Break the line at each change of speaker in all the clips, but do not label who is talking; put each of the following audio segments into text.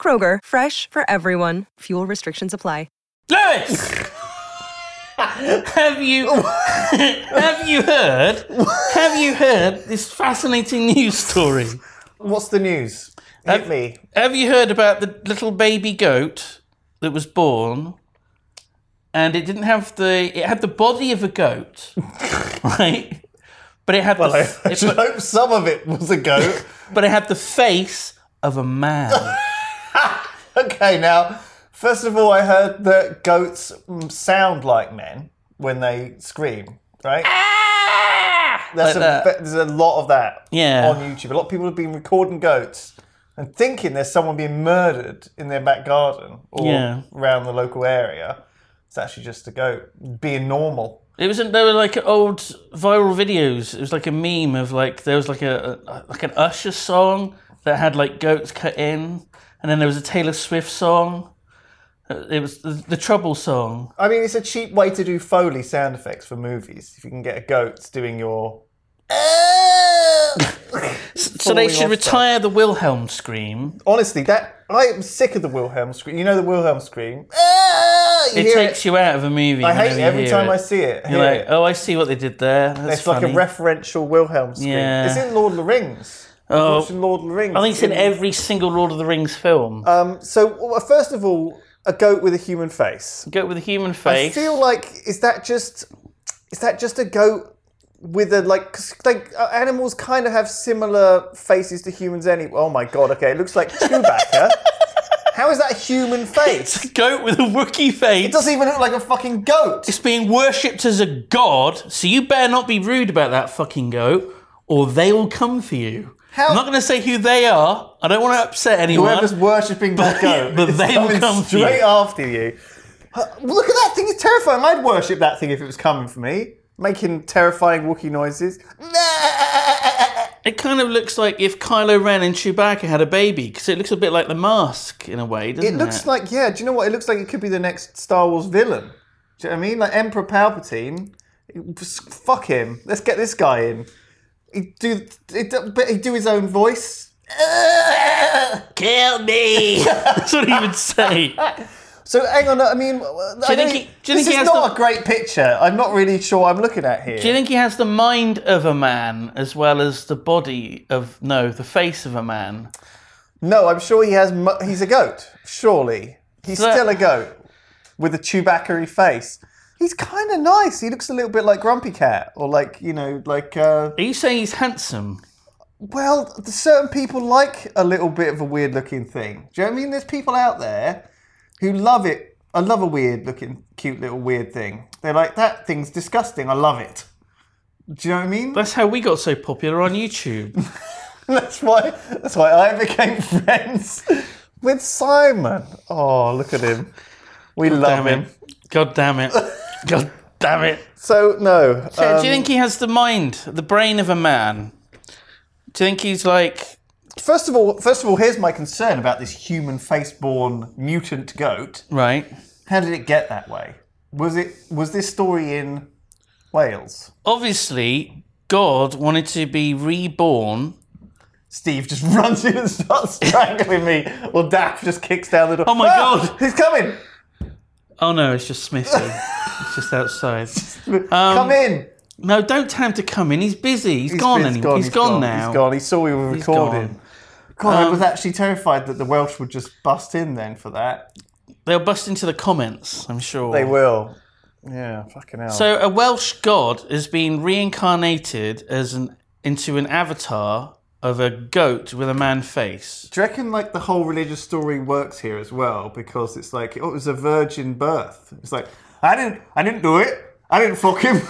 Kroger, fresh for everyone. Fuel restrictions apply.
Lewis! have you have you heard have you heard this fascinating news story?
What's the news? Hit me.
Have you heard about the little baby goat that was born and it didn't have the it had the body of a goat. right? But it had
Well, I,
the,
I
it-
should hope some of it was a goat.
but it had the face of a man.
okay, now, first of all, I heard that goats mm, sound like men when they scream, right? There's,
Ah! Like that.
a, there's a lot of that
Yeah.
on YouTube. A lot of people have been recording goats and thinking there's someone being murdered in their back garden or
Yeah.
around the local area. It's actually just a goat being normal.
It wasn't. There were like old viral videos. It was like a meme of like there was like a, a like an Usher song that had like goats cut in, and then there was a Taylor Swift song. Uh, It was the, the Trouble song.
I mean, it's a cheap way to do Foley sound effects for movies. If you can get a goat doing your.
So they
Falling
should
off
retire the Wilhelm scream.
Honestly, that I am sick of the Wilhelm scream. You know the Wilhelm scream. Ah, you
It
hear
takes you out of a movie.
I
whenever
hate it
you
every
hear
time I see it.
You're
hear
like,
it.
oh, I see what they did there. That's
it's like a
funny."
referential Wilhelm scream.
Yeah.
It's in Lord of the Rings.
Oh.
Oh, Lord of the Rings.
I think it's in every single Lord of the Rings film.
Um, so well, first of all, a goat with a human face.
Goat with a human
I
face.
feel like is that just is that just a goat with a like 'cause, like uh, animals kind of have similar faces to humans anyway. Oh my god! Okay, it looks like Chewbacca. How is that a human face?
Goat with a Wookiee face.
It doesn't even look like a fucking goat.
It's being worshipped as a god, so you better not be rude about that fucking goat, or they will come for you.
How-
I'm not going to say who they are. I don't want to upset anyone.
Whoever's worshipping that goat,
but
is
they will
coming
come for you.
straight after you. Uh, Look at that thing! It's terrifying. I'd worship that thing if it was coming for me, making terrifying Wookiee noises.
It kind of looks like if Kylo Ren and Chewbacca had a baby, because it looks a bit like the mask in a way, doesn't
It
it?
looks like yeah. Do you know what? It looks like it could be the next Star Wars villain. Do you know what I mean? Like Emperor Palpatine. Just Fuck him. Let's get this guy in. He do it, but he do his own voice.
kill me. That's what he would say.
So hang on. I mean, I
think
don't-
he- do you
this
think he has
is not
the-
a great picture. I'm not really sure I'm looking at here.
Do you think he has the mind of a man as well as the body of no, the face of a man?
No, I'm sure he has. Mu- he's a goat. Surely he's
That-
still a goat with a Chewbacca-y face. He's kind of nice. He looks a little bit like Grumpy Cat, or like you know, like uh,
Are you saying he's handsome?
well, th- certain people like a little bit of a weird-looking thing. Do you know what I mean? There's people out there who love it. I love a weird-looking, cute little weird thing. They're like that thing's disgusting. I love it. Do you know what I mean?
That's how we got so popular on YouTube.
That's why. That's why I became friends with Simon. Oh, look at him. We love
damn
him.
it. God damn it. God damn it.
So no.
So,
um,
do you think he has the mind, the brain of a man? Do you think he's like.
first of all, first of all, here's my concern about this human face-born mutant goat.
Right.
How did it get that way? Was it? Was this story in Wales?
Obviously, God wanted to be reborn.
Steve just runs in and starts strangling me, or Daph just kicks down the door.
Oh my
Ah,
God.
He's coming!
Oh no, it's just Smithy. it's just outside. Um,
Come in!
No, don't tell him to come in. He's busy. he's gone
been-
anyway. he's gone, now.
He's gone. He saw we were
He's gone. Um,
recording. God, I was actually terrified that the Welsh would just bust in then for that.
They'll bust into the comments, I'm sure.
They will. Yeah, fucking hell.
So a Welsh god has been reincarnated as an into an avatar of a goat with a man face.
do you reckon like the whole religious story works here as well? Because it's like oh, it was a virgin birth. It's like I didn't, I didn't do it. I didn't fuck him.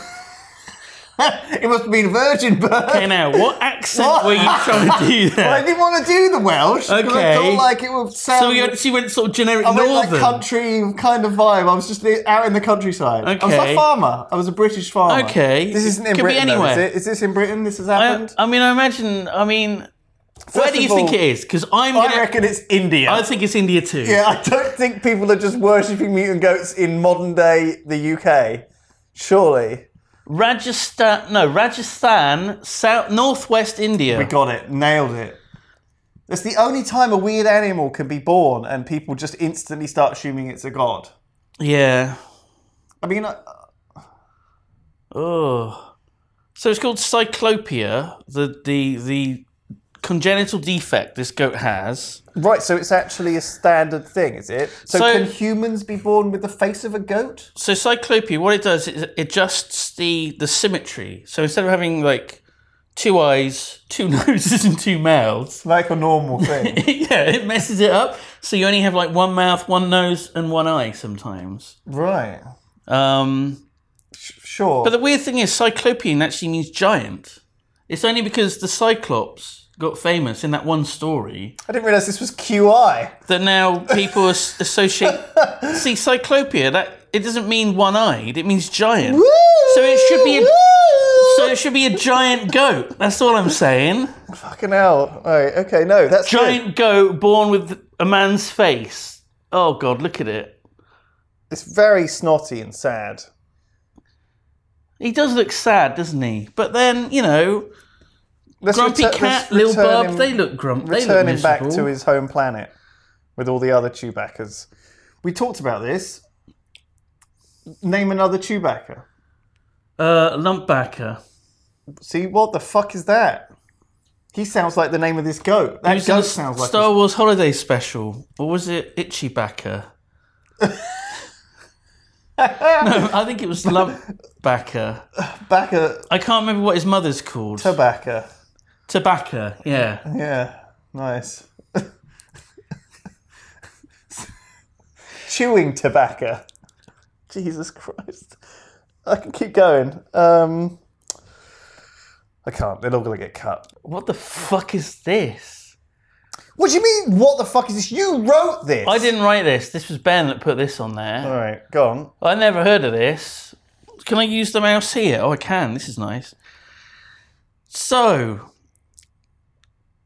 it must have been virgin birth.
Okay, now what accent
What?
were you trying to do there?
Well, I didn't want to do the Welsh. Okay. I
Okay.
felt like it would sound.
so you actually went sort of generic
I went like
northern.
country kind of vibe. I was just out in the countryside. I was
Okay.
a farmer. I was a British farmer.
Okay.
This isn't in
Could be
Britain. though, is
anywhere.
it? Is this in Britain? This has
I,
happened.
Uh, I mean, I imagine. I mean, where do
of
you think
all,
it is? Because I'm.
I,
Gonna, I,
reckon it's India.
think it's India too.
yeah, I don't think people are just worshipping mutant goats in modern day the UK. Surely.
Rajasthan. No, Rajasthan, south northwest India.
We got it. Nailed it. That's the only time a weird animal can be born and people just instantly start assuming it's a god.
yeah.
I mean, uh, I-
Oh. So it's called cyclopia. The the the congenital defect this goat has.
right, so it's actually a standard thing, is it? So,
So-
can humans be born with the face of a goat?
So cyclopia, what it does is it adjusts the the symmetry. So instead of having like two eyes, two noses, and two mouths,
Like a normal thing.
yeah, it messes it up. So you only have like one mouth, one nose, and one eye sometimes.
right.
Um,
Sure.
but the weird thing is, cyclopean actually means giant. It's only because the Cyclops got famous in that one story
I didn't realise this was QI.
that now people as- associate. See, cyclopia that it doesn't mean one-eyed; it means giant. So it should be. A, so it should be a giant goat. That's all I'm saying.
Fucking hell. Right, okay, no, that's good.
Giant goat born with a man's face. Oh God, look at it.
It's very snotty and sad.
He does look sad, doesn't he? But then, you know,
Let's
Grumpy
retu-
Cat,
let's
Lil
return
Bob,
him-
they look grump. They look
return him back
miserable.
to his home planet with all the other Chewbaccas. We talked about this. Name another Chewbacca.
Uh, Lumpbacker.
See what the fuck is that? He sounds like the name of this goat. That
Who's in
goat
the
sounds like
Star Wars Holiday Special? Or was it Itchy Backer? no, I think it was Lumpbacker.
back a
I can't remember what his mother's called.
tobacco.
Tobacco, yeah.
Yeah, nice. Chewing tobacco. Jesus Christ. I can keep going. Um, I can't. They're all going to get cut.
What the fuck is this?
What do you mean? What the fuck is this? You wrote this.
I didn't write this. This was Ben that put this on
All
there.
right, go on.
I never heard of this. Can I use the mouse here? Oh, I can. This is nice. So,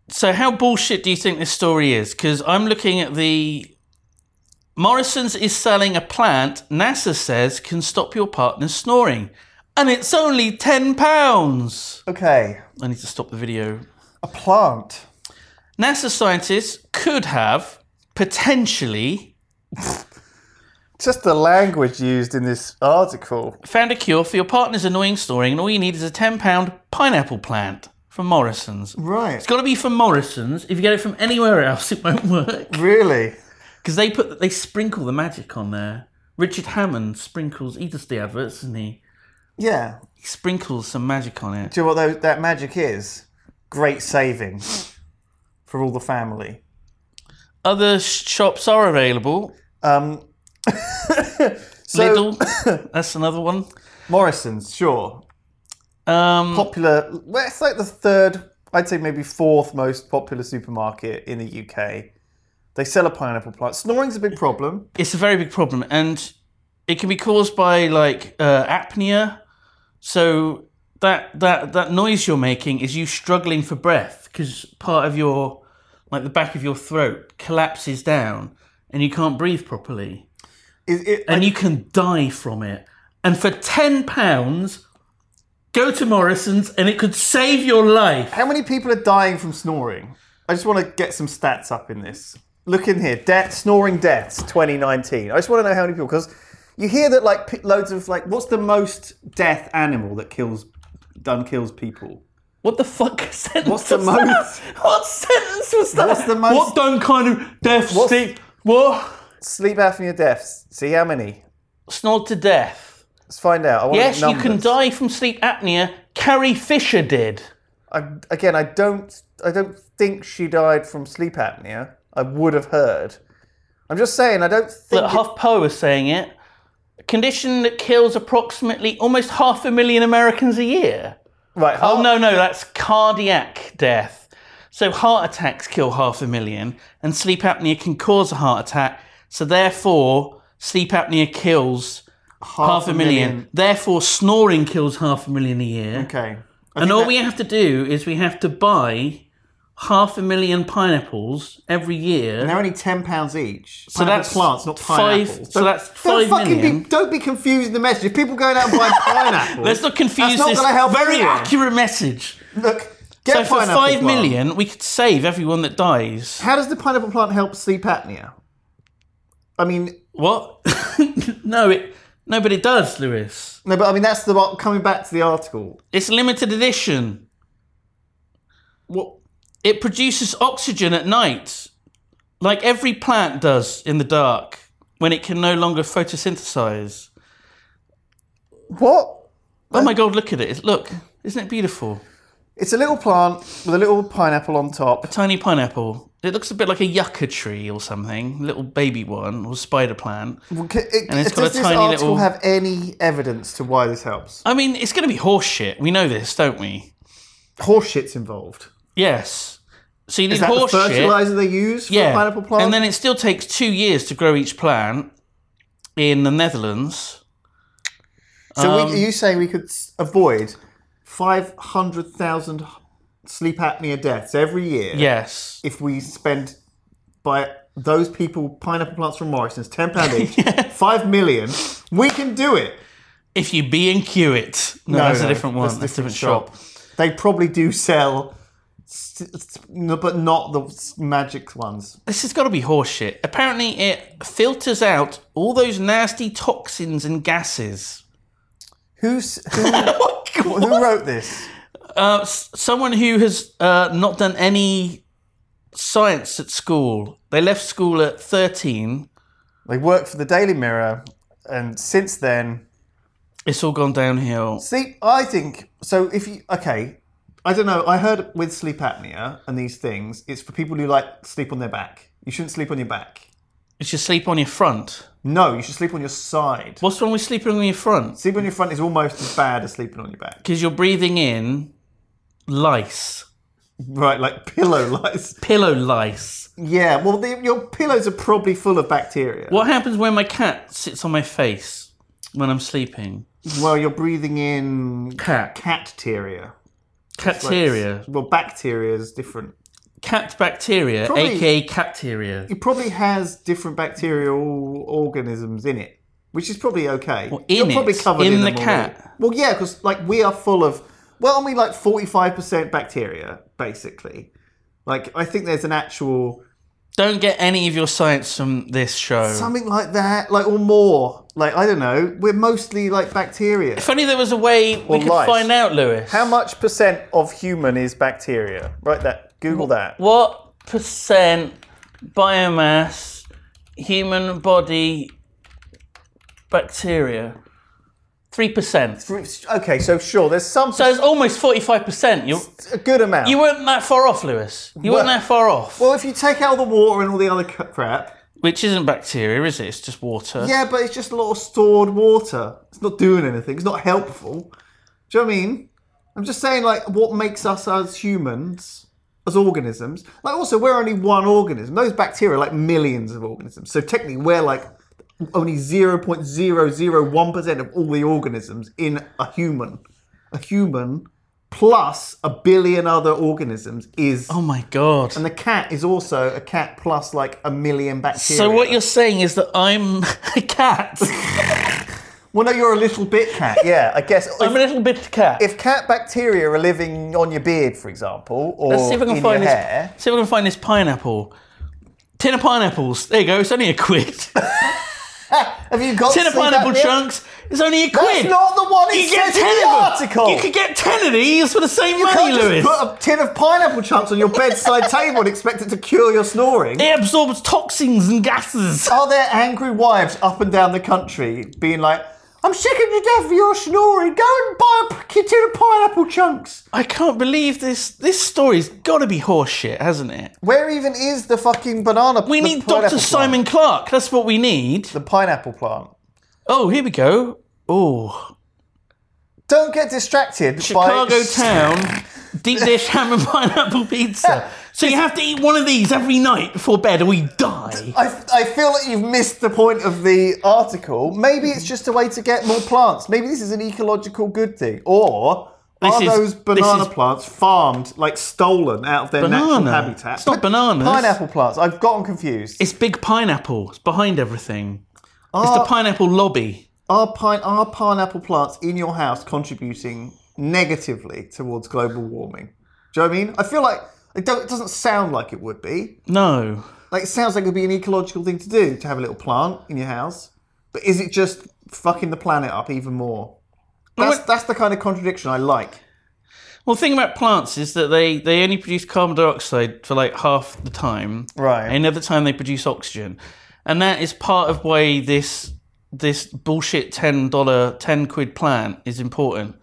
so how bullshit do you think this story is? Because I'm looking at the Morrison's is selling a plant NASA says can stop your partner snoring, and it's only ten pounds.
Okay,
I need to stop the video.
a plant.
NASA scientists could have potentially
Just the language used in this article.
found a cure for your partner's annoying snoring, and all you need is a £10 pineapple plant from Morrison's.
Right.
It's got to be from Morrison's. If you get it from anywhere else, it won't work
Really?
because they put they sprinkle the magic on there. Richard Hammond sprinkles. He does the adverts, doesn't he?
Yeah.
He sprinkles some magic on it.
Do you know what tho- that magic is? Great savings for all the family.
Other sh- shops are available.
Um, so,
Lidl, that's another one.
Morrison's,
Mm.
sure.
Um,
Popular. Well, it's like the third, I'd say maybe fourth most popular supermarket in the UK. They sell a pineapple plant. Snoring's a big problem.
it's a very big problem and it can be caused by like uh, apnea so that that that noise you're making is you struggling for breath because part of your like the back of your throat collapses down and you can't breathe properly
Is it,
and you can die from it and for 10 pounds go to morrison's and it could save your life
How many people are dying from snoring? I just want to get some stats up in this. Look in here, death, snoring deaths 2019. I just want to know how many people because you hear that like p- loads of like what's the most death animal that kills done kills people?
what the fuck sentence
What's the
was
most-
that? what sentence was that
What's the most-
what done kind of death
What's-
stick what
Sleep apnea deaths. See how many.
snored to death.
Let's find out. I want
Yes, you can
numbers.
die from sleep apnea. Carrie Fisher did.
I, again, I don't I don't think she died from sleep apnea. I would have heard. I'm just saying I don't think
Look,
it-
Huff Po was saying it. a condition that kills approximately almost half a million Americans a year.
Right.
Oh,
half-
no, no, that's cardiac death. So heart attacks kill half a million, and sleep apnea can cause a heart attack. So therefore, sleep apnea kills half, a million. Therefore, snoring kills half a million a year.
Okay.
and all we have to do is we have to buy half a million pineapples every year.
And they're only ten pounds each.
So
Pineapple
that's
plants, not
five-
pineapples.
so that's
don't
five
fucking
million.
Be, don't be confusing the message. If people going out and buying pineapples,
Let's not confuse
that's not
this
gonna help
very
anyone.
accurate message.
Look, get a
so for
pineapple
five
plant.
million, we could save everyone that dies.
How does the pineapple plant help sleep apnea? I mean,
What? no, it no, but it does, Lewis.
no, but I mean that's the coming back to the article.
It's limited edition.
What?
It produces oxygen at night, like every plant does in the dark when it can no longer photosynthesize.
What?
Oh my god, look at it. Look, isn't it beautiful?
It's a little plant with a little pineapple on top.
Tiny pineapple. It looks a bit like a yucca tree or something, little baby one or spider plant.
Well, c- it-
And it's got a
does this
tiny
article
little-
have any evidence to why this helps?
I mean, it's going to be horseshit. We know this, don't we?
Horse shit's involved.
Yes. So you need
Is that the
horse shit.
fertilizer they use for a pineapple plant?
And then it still takes two years to grow each plant in the Netherlands.
so
Um,
we, are you saying we could s- avoid five hundred thousand sleep apnea deaths every year
Yes.
if we spend by those people pineapple plants from Morrison's ten pound each, five million? We can do it.
If you B and Q it. No, that's a different one. That's, a different shop.
They probably do sell, s- s- no, but not the s- magic ones.
This has got to be horseshit. Apparently, it filters out all those nasty toxins and gases. Oh
Who's who, who wrote this?
Uh, s- someone who has uh, not done any science at school. They left school at 13.
They worked for the Daily Mirror, and since then,
It's all gone downhill.
see, I think so. If you okay, I don't know. I heard with sleep apnea and these things, it's for people who like sleep on their back. You shouldn't sleep on your back.
It's just sleep on your front.
No, you should sleep on your side.
What's wrong with sleeping on your front?
Sleeping on your front is almost as bad as sleeping on your back.
because you're breathing in lice,
Right, like pillow lice.
pillow lice.
Yeah, well, the, your pillows are probably full of bacteria.
What happens when my cat sits on my face when I'm sleeping?
Well, you're breathing in
Cat,
catteria.
catteria,
Well, bacteria is different.
cat bacteria,
Probably-
aka catteria.
It probably has different bacterial organisms in it, which is probably okay.
Well,
you're
in it,
probably covered
in
in,
the
them
cat.
already. Well, yeah, because like we are full of. Well, aren't we like forty-five percent bacteria, basically? Like I think there's an actual
Don't get any of your science from this show.
something like that, like or more. Like I don't know. We're mostly like bacteria.
if only there was a way we
Or
could
lice.
find out, Lewis.
How much percent of human is bacteria? Right, that Google that.
What percent biomass human body bacteria? Three percent. So
Okay, so sure, there's some
it's almost forty-five percent. You're
a good amount.
You weren't that far off, Lewis. You weren't
Well-
that far off.
well, if you take out all the water and all the other c- crap,
Which isn't bacteria, is it? It's just water.
yeah, but it's just a lot of stored water. It's not doing anything. It's not helpful. Do you know what I mean? I'm just saying, like, what makes us as humans, as organisms? Like, also, we're only one organism. Those bacteria are like millions of organisms. So technically, we're like only 0.001% of all the organisms in a human. A human plus a billion other organisms is.
Oh my god.
And the cat is also a cat plus like a million bacteria.
So what you're saying is that I'm a cat.
Well, no, you're a little bit cat. Yeah, I guess.
I'm a little bit cat.
if cat bacteria are living on your beard, for example, or
Let's see if I can
in
find
your
this.
hair,
See if I can find this pineapple. Tin of pineapples. There you go. It's only a quid.
have you got
Tin of
sleep
pineapple
apnea?
chunks. It's only a
That's
quid.
not the one it
you get
says in
ten
the
of them.
article.
You could get ten of these for the same
You
money,
can't just
Lewis.
put a tin of pineapple chunks on your bedside table and expect it to cure your snoring.
It absorbs toxins and gases.
Are there angry wives up and down the country being like, "I'm sick of to death of your snoring. Go and buy a p- tin of pineapple chunks."
I can't believe this. This story's got to be horseshit, hasn't it?
Where even is the fucking banana?
We need Dr. Simon Clark. That's what we need.
The pineapple plant.
Oh, here we go. Oh,
Don't get distracted by
Chicago Town deep dish ham and pineapple pizza. So you have to eat one of these every night before bed, or we die.
I, I feel like you've missed the point of the article. Maybe it's just a way to get more plants. Maybe this is an ecological good thing. Or
This
are
is-
those banana
this is-
plants farmed, like stolen out of their natural
Banana.
habitat?
It's not bananas.
Pineapple plants. I've gotten confused.
It's big pineapple. It's behind everything. it's the pineapple lobby.
Are, pine, are pineapple plants in your house contributing negatively towards global warming? Do you know what I mean? I feel like it, don't, it doesn't sound like it would be.
No.
Like, it sounds like it would be an ecological thing to do to have a little plant in your house. But is it just fucking the planet up even more? That's,
what-
that's the kind of contradiction I like.
Well, the thing about plants is that they, they only produce carbon dioxide for like half the time.
Right.
And other time they produce oxygen. And that is part of why this this bullshit ten dollar ten quid plant is important.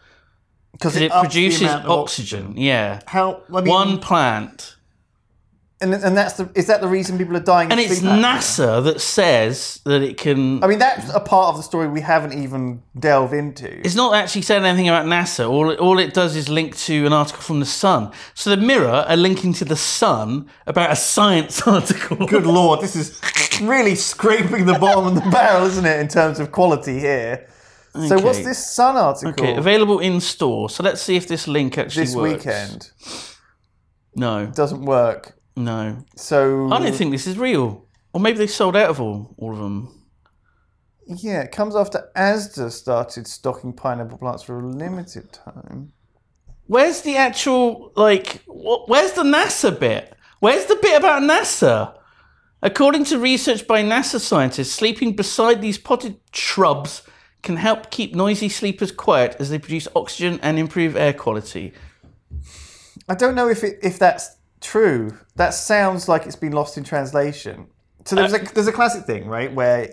Because
Because it
ups the
produces
amount
oxygen.
of
Yeah.
How, I mean,
One plant.
and, and that's the, is that the reason people are dying?
And
of
it's
sleep apnea?
NASA that says that it can
I mean, that's a part of the story we haven't even delved into.
It's not actually saying anything about NASA. All it, all it does is link to an article from the Sun. So the Mirror are linking to the Sun about a science article.
Good lord, this is really scraping the bottom of the barrel, isn't it, in terms of quality here? So, what's
Okay.
this Sun article
Okay, available in store. So let's see if this link actually
this
works.
weekend?
No,
Doesn't work.
no.
So,
I don't think this is real. Or maybe they sold out of all, all of them.
yeah, it comes after Asda started stocking pineapple plants for a limited time.
Where's the actual, like, wh- where's the NASA bit? Where's the bit about NASA? According to research by NASA scientists, sleeping beside these potted shrubs can help keep noisy sleepers quiet as they produce oxygen and improve air quality.
I don't know if it, if that's true. That sounds like it's been lost in translation. So there's
Uh,
a there's a classic thing, right, where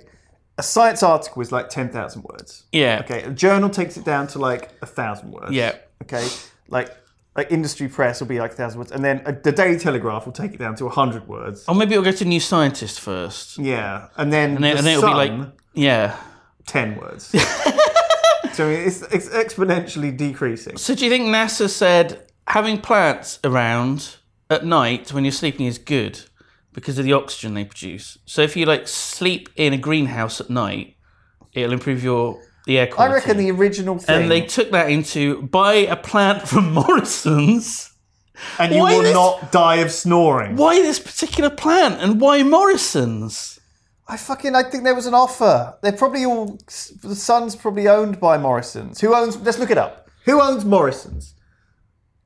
a science article is like ten thousand words.
Yeah.
Okay. A journal takes it down to like a thousand words.
Yeah.
Okay. Like like industry press will be like a thousand words, and then uh the Daily Telegraph will take it down to a hundred words.
Or maybe it'll go to New Scientist first.
Yeah, and then
Oh. And then,
the
and then it'll
Sun,
be like, yeah.
ten words. so it's, it's exponentially decreasing.
So do you think NASA said having plants around at night when you're sleeping is good because of the oxygen they produce? So if you like sleep in a greenhouse at night, it'll improve your the air
I
quality.
reckon the original thing,
and they took that into buy a plant from Morrison's.
and you
Why
will
this-
not die of snoring.
Why this particular plant and why Morrison's?
I fucking I think there was an offer. They're probably all the Sun's probably owned by Morrison's. Who owns? Let's look it up. Who owns Morrison's?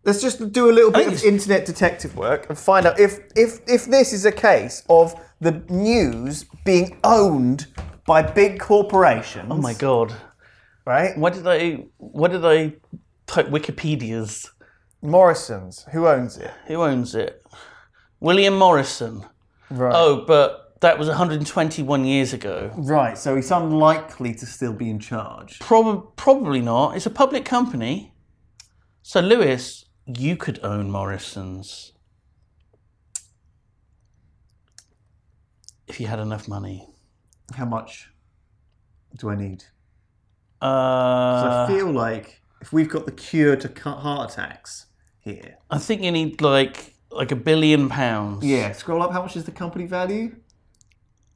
Let's just do a little bit
think
of
it's-
internet detective work and find out if if if this is a case of the news being owned by big corporations.
Oh my god!
Right,
Why did I? Why did I type Wikipedia's?
Morrison's. Who owns it?
Who owns it? William Morrison.
Right.
Oh, but that was 121 years ago.
Right. So he's unlikely to still be in charge.
Prob- probably not. It's a public company. So, Lewis, you could own Morrison's if you had enough money.
How much do I need?
Uh,
I feel like if we've got the cure to cu- heart attacks here.
I think you need like like a billion pounds.
Yeah, scroll up. How much is the company value?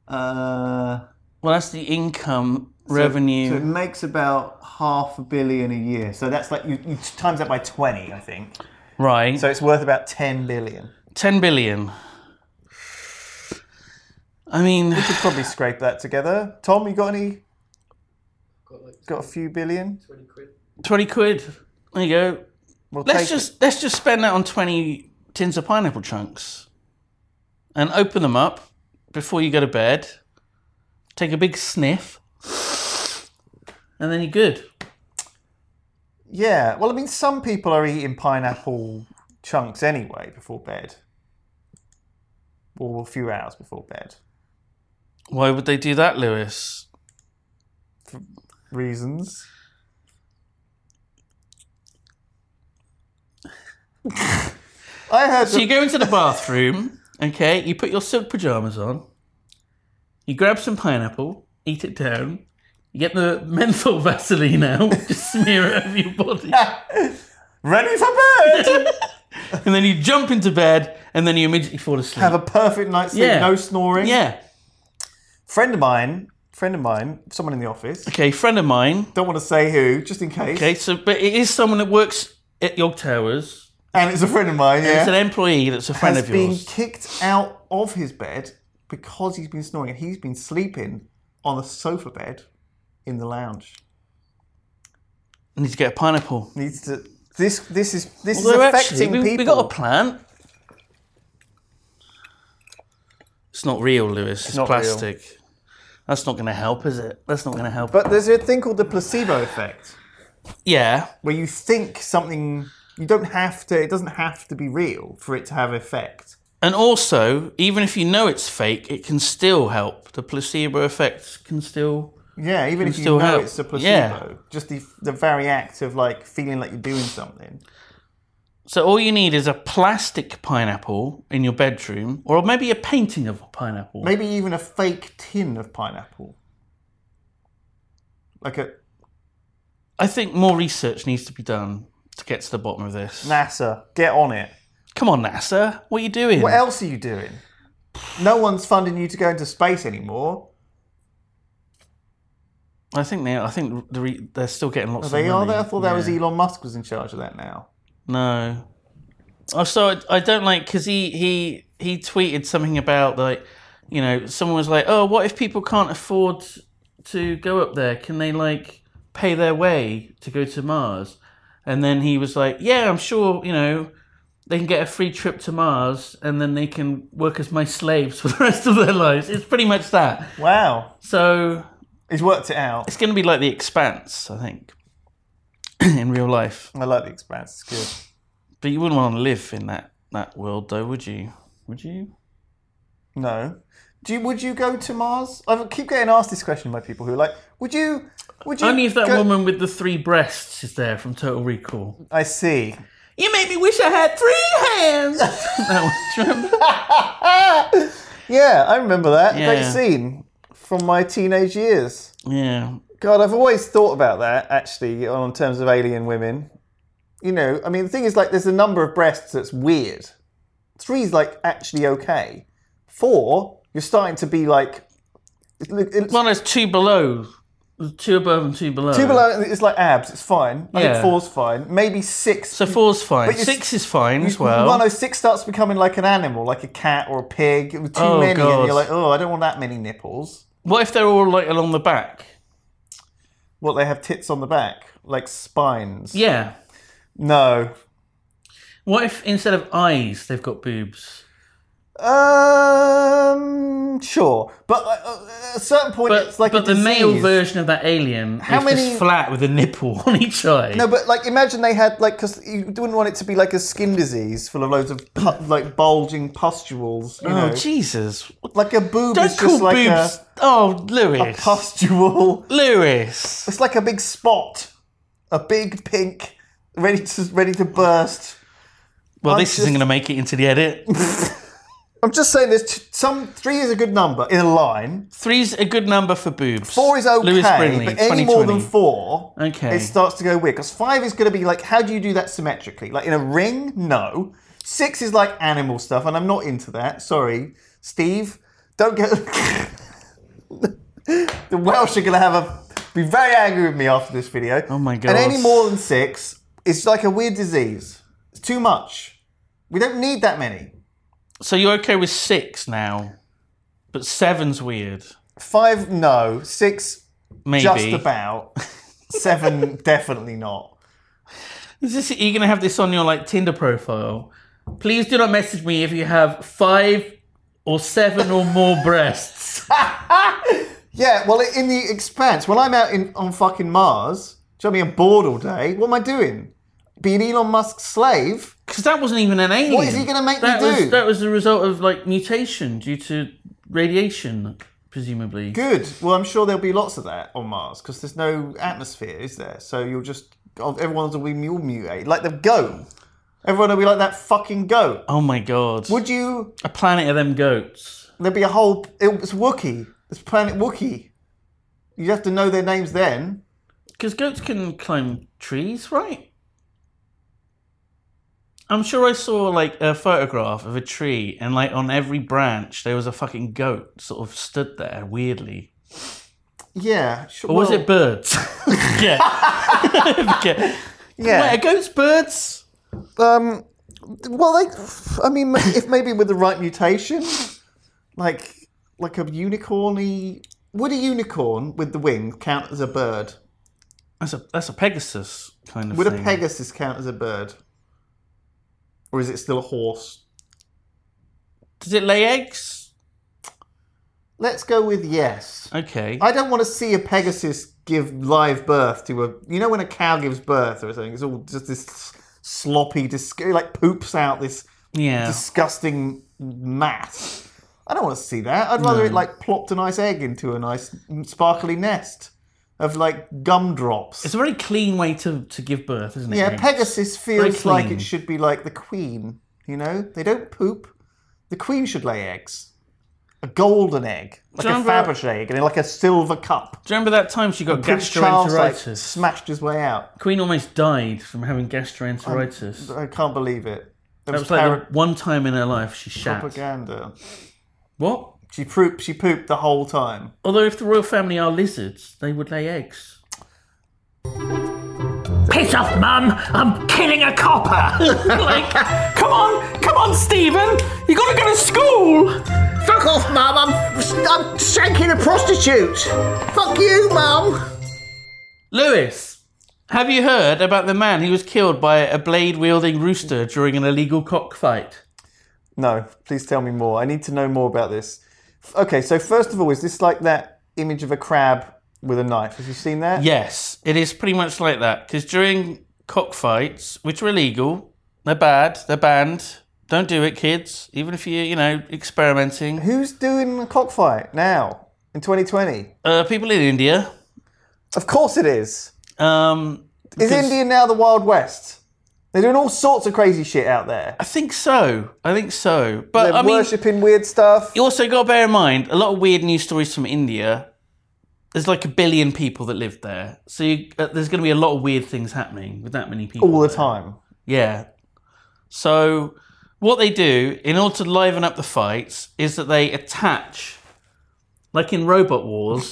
Uh,
Well, that's the income revenue.
so it makes about half a billion a year. So that's like you, you times that by twenty, I think.
right.
So it's worth about ten billion.
10 billion. I mean,
Could probably scrape that together. Tom, you got any? Got a few billion.
20 quid. There you go.
We'll
Let's
take
just let's just spend that on twenty tins of pineapple chunks, and open them up before you go to bed. Take a big sniff, and then you're good.
it. Yeah. Well, I mean, some people are eating pineapple chunks anyway before bed, or a few hours before bed.
Why would they do that, Lewis?
reasons. I heard
So you
that
go into the bathroom, okay? You put your silk pajamas on. You grab some pineapple, eat it down. You get the menthol Vaseline out, just smear it over your body,
Ready for bed.
and then you jump into bed, and then you immediately fall asleep.
Have a perfect night's sleep.
Yeah.
No snoring.
yeah.
Friend of mine. Friend of mine. Someone in the office.
Okay, friend of mine.
Don't want to say who, just in case.
Okay, so but it is someone that works at York Towers.
And it's a friend of mine. Yeah.
It's an employee that's a friend
has
of
been
yours.
kicked out of his bed because he's been snoring and he's been sleeping on a sofa bed in the lounge.
Needs to get a pineapple.
Needs to this this is this
Although
is
actually,
affecting
we,
people.
we got a plant. It's not real, Lewis. It's,
not real.
plastic. That's not going to help, is it? That's not going to help.
but there's a thing called the placebo effect
yeah,
where you think something you don't have to it doesn't have to be real for it to have effect.
and also, even if you know it's fake, it can still help. The placebo effect can still.
Yeah, even if you
still
know
help.
it's a placebo,
Yeah.
just the the very act of like feeling like you're doing something.
So all you need is a plastic pineapple in your bedroom, or maybe a painting of a pineapple.
Maybe even a fake tin of pineapple. Like a
I think more research needs to be done to get to the bottom of this.
NASA, get on it.
Come on, NASA, what are you doing?
What else are you doing? No one's funding you to go into space anymore.
I think they. I think the re- they're still getting lots
Are
of
they are
money.
there? I thought that was
Yeah.
Elon Musk was in charge of that now.
No. Also, I, I don't like because he he he tweeted something about like, you know, someone was like, oh, what if people can't afford to go up there? Can they like pay their way to go to Mars? And then he was like, yeah, I'm sure, you know, they can get a free trip to Mars, and then they can work as my slaves for the rest of their lives. It's pretty much that.
Wow.
So
He's worked it out.
it's going to be like the Expanse, I think, in real life.
I like the expanse. It's
But you wouldn't want to live in that that world, though, would you? Would you?
good. No. Do you, would you go to Mars? I keep getting asked this question by people who are like, would you would you
Only if that
go-
woman with the three breasts is there from Total Recall.
I see.
You made me wish I had three hands. that one, do you remember?
Yeah, I remember that.
Yeah.
Great scene from my teenage years.
Yeah.
God, I've always thought about that actually, on terms of alien women. You know, I mean, the thing is, like, there's a number of breasts that's weird. Three's like actually okay. Four, you're starting to be like, it- it's,
Well, there's two below, two above and two below.
two below. It's like abs. It's fine. I
Yeah.
think four's fine. Maybe six.
So four's fine.
you s-
Six is fine as well.
106 starts becoming like an animal, like a cat or a pig. Too
Oh,
many,
God.
and you're like, oh, I don't want that many nipples.
What if they're all like along the back?
Well, they have tits on the back, like spines.
Yeah.
No.
What if instead of eyes they've got boobs?
Um, sure, but uh, at a certain point,
But,
it's like
but
a
the male
disease.
version of that alien
How
is
many-
just flat with a nipple on each eye.
No, but like imagine they had like because you wouldn't want it to be like a skin disease full of loads of pu- like bulging pustules. You
oh
know,
Jesus!
like a boob
Don't
is just
call
like
boobs.
a
Oh, Lewis.
pustule.
Lewis.
It's like a big spot, a big pink, ready to ready to burst.
Well,
I'm
this isn't
just-
going to make it into the edit.
I'm just saying, there's t- some three is a good number in a line.
Three's a good number for boobs.
Four is okay,
Lewis Brinley,
but any more
2020.
than four,
Okay.
it starts to go weird. Because five is going to be like, how do you do that symmetrically? Like in a ring? No. Six is like animal stuff, and I'm not into that. Sorry, Steve. Don't get. the Welsh are going to have a be very angry with me after this video. Oh
my
And
God.
any more than six is like a weird disease. It's too much. We don't need that many.
So you're okay with six now, but seven's weird.
Five, no. Six,
Maybe.
just about. Seven, definitely not.
Is this, are you going to have this on your like Tinder profile? Please do not message me if you have five or seven or more breasts.
Yeah, well, in the expanse, when I'm out in on fucking Mars, do you know what I mean? I'm bored all day. What am I doing? Being Elon Musk's slave?
Because that wasn't even an alien.
What is he gonna make me
that was,
do?
That was the result of like mutation due to radiation, presumably.
Good. Well, I'm sure there'll be lots of that on Mars because there's no atmosphere, is there? So you'll just oh, everyone's will be mule mutated, like the goat. Everyone will be like that fucking goat.
Oh my god.
Would you?
a planet of them goats.
There'd be a whole. It's Wookie. It's planet Wookie. You have to know their names then.
Because goats can climb trees, right? I'm sure I saw like a photograph of a tree, and like on every branch there was a fucking goat sort of stood there weirdly.
Yeah. Sure.
Or was it birds? yeah. yeah.
Yeah.
Wait, are goats birds?
Um, well, they. I mean, if maybe with the right mutation, like like a unicorny. Would a unicorn with the wing count as a bird?
That's a that's a Pegasus kind of
Would
thing.
a Pegasus count as a bird? Or is it still a horse?
Does it lay eggs?
Let's go with yes.
Okay.
I don't want to see a Pegasus give live birth to a. You know when a cow gives birth or something, it's all just this sloppy, dis- like poops out this
yeah.
disgusting mass. I don't want to see that. I'd rather it like plopped a nice egg into a nice sparkly nest of like gumdrops.
It's a very clean way to, to give birth, isn't it?
yeah,
really?
Pegasus feels like
clean.
it should be like the queen. You know, they don't poop. The queen should lay eggs. A golden egg, like
Do you
a
remember-
Faberge egg, and in like a silver cup.
Do you remember that time she got
Prince Charles like
gastroenteritis?
smashed his way out.
Queen almost died from having gastroenteritis.
I can't believe it.
that
There was,
was like
para-
the one time in her life she shat.
propaganda.
What?
She pooped. She pooped the whole time.
Although if the royal family are lizards, they would lay eggs.
Piss off, Mum! I'm killing a copper! like, come on, come on, Stephen! You gotta go to school!
Fuck off, Mum! I'm, I'm shanking a prostitute! Fuck you, Mum!
Lewis, have you heard about the man who was killed by a blade wielding rooster during an illegal cockfight?
No, please tell me more. I need to know more about this. F- Okay, so first of all, is this like that image of a crab with a knife? Have you seen that?
Yes, it is pretty much like that. Because during cockfights, which are illegal, they're bad, they're banned. Don't do it, kids. Even if you're, you know, experimenting.
Who's doing a cockfight now in 2020?
Uh, people in India.
Of course it is.
Um,
Is India now the Wild West? They're doing all sorts of crazy shit out there.
I think so. I think so. But
They're
I mean,
worshipping weird stuff.
you also got to bear in mind a lot of weird news stories from India. There's like a billion people that live there, so you, uh, there's going to be a lot of weird things happening with that many people
All the
there.
time.
Yeah. So what they do in order to liven up the fights is that they attach, like in Robot Wars,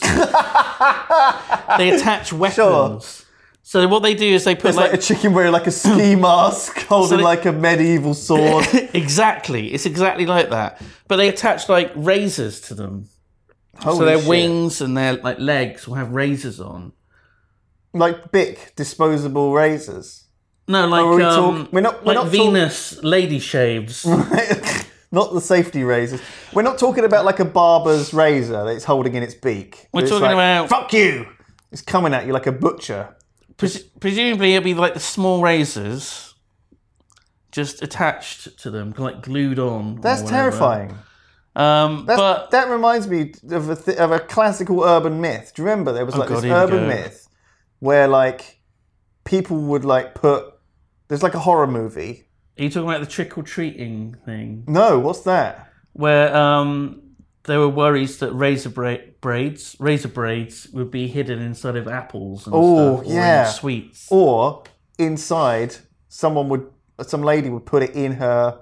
they attach weapons. So what they do is they put
It's like, a chicken wearing like a ski mask, holding
they-
like a medieval sword.
exactly. It's exactly like that. But they attach like razors to them. so
Holy
their
Oh, shit.
wings and their like legs will have razors on.
Like Bic disposable razors.
No, like
we
um,
talk- Oh, we're not- we're
like
not talk-
Venus lady shaves.
Not the safety razors. We're not talking about like a barber's razor that it's holding in its beak.
We're
It's
talking
like,
about-
fuck you. It's coming at you like a butcher.
Pres- presumably, it'll be like the small razors, just attached to them, like glued on. or
That's
whatever.
terrifying.
Um,
That's,
but
that reminds me of a, th- of a classical urban myth. Do you remember there was like
Oh God,
this
here we
urban
go.
myth where like people would like put there's like a horror movie.
are you talking about the trick or treating thing,
No, what's that?
where um, there were worries that razor bra- braids, razor braids, would be hidden inside of apples and
Oh,
stuff, or
yeah.
in sweets.
Or inside someone would some lady would put it in her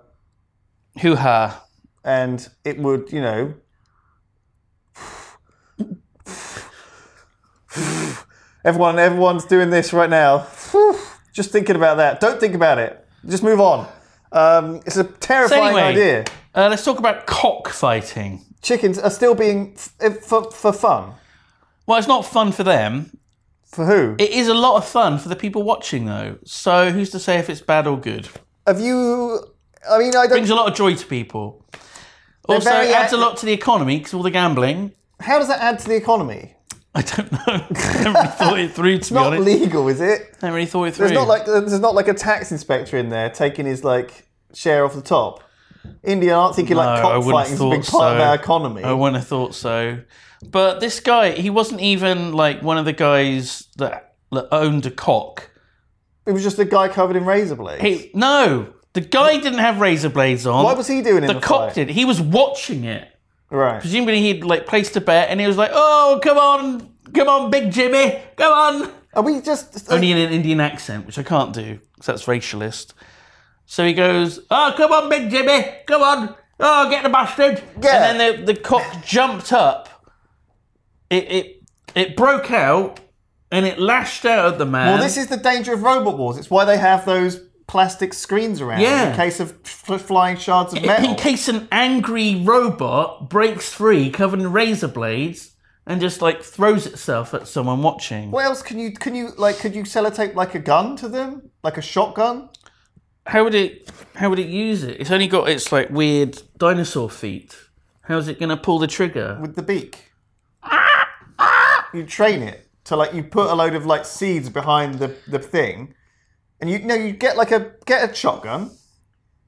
Hoo ha!
and it would, you know. Everyone, everyone's doing this right now. Just thinking about that. Don't think about it. Just move on. Um, it's a terrifying
anyway-
idea.
Uh, let's talk about cockfighting.
Chickens are still being f- for for fun.
Well, it's not fun for them.
For who?
It is a lot of fun for the people watching, though. So who's to say if it's bad or good?
Have you? I mean, I
brings
don't.
a lot of joy to people. Also,
very uh,
it adds a
ac-
lot to the economy because all the gambling.
How does that add to the economy?
I don't know. I haven't really thought it through, to be
Not
honest.
legal, is it?
I haven't really thought it through.
There's not like there's not like a tax inspector in there taking his like share off the top. India aren't thinking like
No, I wouldn't
cockfighting's a big part
thought
of
so.
our economy.
I wouldn't have thought so. But this guy, he wasn't even like one of the guys that, that owned a cock.
It was just a guy covered in razor blades.
He, no, the guy didn't have razor blades on.
what was he doing in the,
The cock
fight?
did. He was watching it.
Right.
Presumably, he'd like placed a bet and he was like, "Oh, come on, Come on, Big Jimmy. Come on.
Are we just uh,
Only in an Indian accent, which I can't do because that's racialist. So he goes, "Oh, come on, Big Jimmy. Come on. Oh, get the bastard."
Yeah.
And then the, the cock jumped up. It it it broke out and it lashed out at the man.
Well, this is the danger of robot wars. It's why they have those plastic screens around
Yeah.
in case of f- flying shards of metal.
in case an angry robot breaks free, covered in razor blades, and just like throws itself at someone watching.
What else can you can you like? Could you sellotape like a gun to them, like a shotgun?
How would it? How would it use it? It's only got its like weird dinosaur feet. How's it gonna pull the trigger?
with the beak. You train it to like you put a load of like seeds behind the, the thing, and you know you get like a get a shotgun.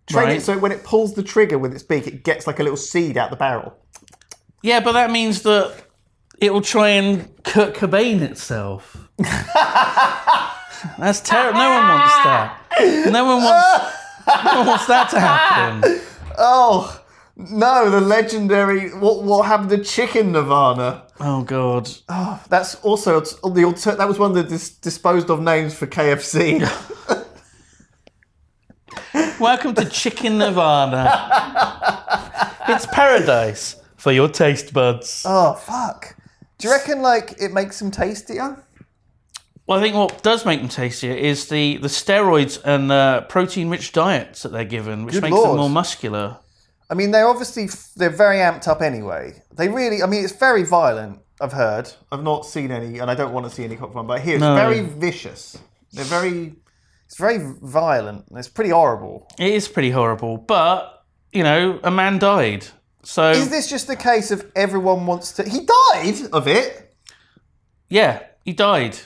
Train
Right.
it so when it pulls the trigger with its beak, it gets like a little seed out the barrel.
Yeah, but that means that it will try and Kurt Cobain itself. That's terrible. No one wants that. No one wants. No one wants that to happen.
Oh no! The legendary what what happened to Chicken Nirvana?
Oh god.
That's also it's the alter- that was one of the dis- disposed of names for KFC.
Welcome to Chicken Nirvana. it's paradise for your taste buds.
oh fuck! Do you reckon like it makes them tastier?
Well, I think what does make them tastier is the, the steroids and uh, protein rich diets that they're given, which
Good
makes them
lord.
more muscular.
I mean, they're obviously they're very amped up anyway. They really, I mean, it's very violent. I've heard. I've not seen any, and I don't want to see any cock run, but here it's
No.
very vicious. They're very, it's very violent. and It's pretty horrible.
It is pretty horrible, but, you know, a man died. So,
Is this just a case of everyone wants to? He died of it.
yeah, he died.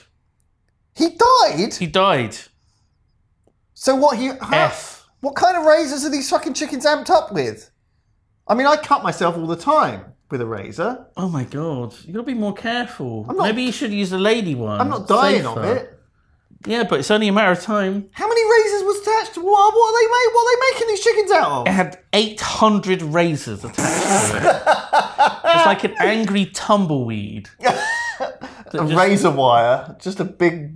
He died.
He died.
So what? He how-
F.
What kind of razors are these fucking chickens amped up with? I mean, I cut myself all the time with a razor.
Oh my god. you got to be more careful.
not-
Maybe you should use the lady one.
I'm not dying of
Safer.
it.
Yeah, but it's only a matter of time.
How many razors was attached? What, what are they made? What are they making these chickens out of?
It had 800 razors attached to it. it's like an angry tumbleweed.
a razor wire, just a big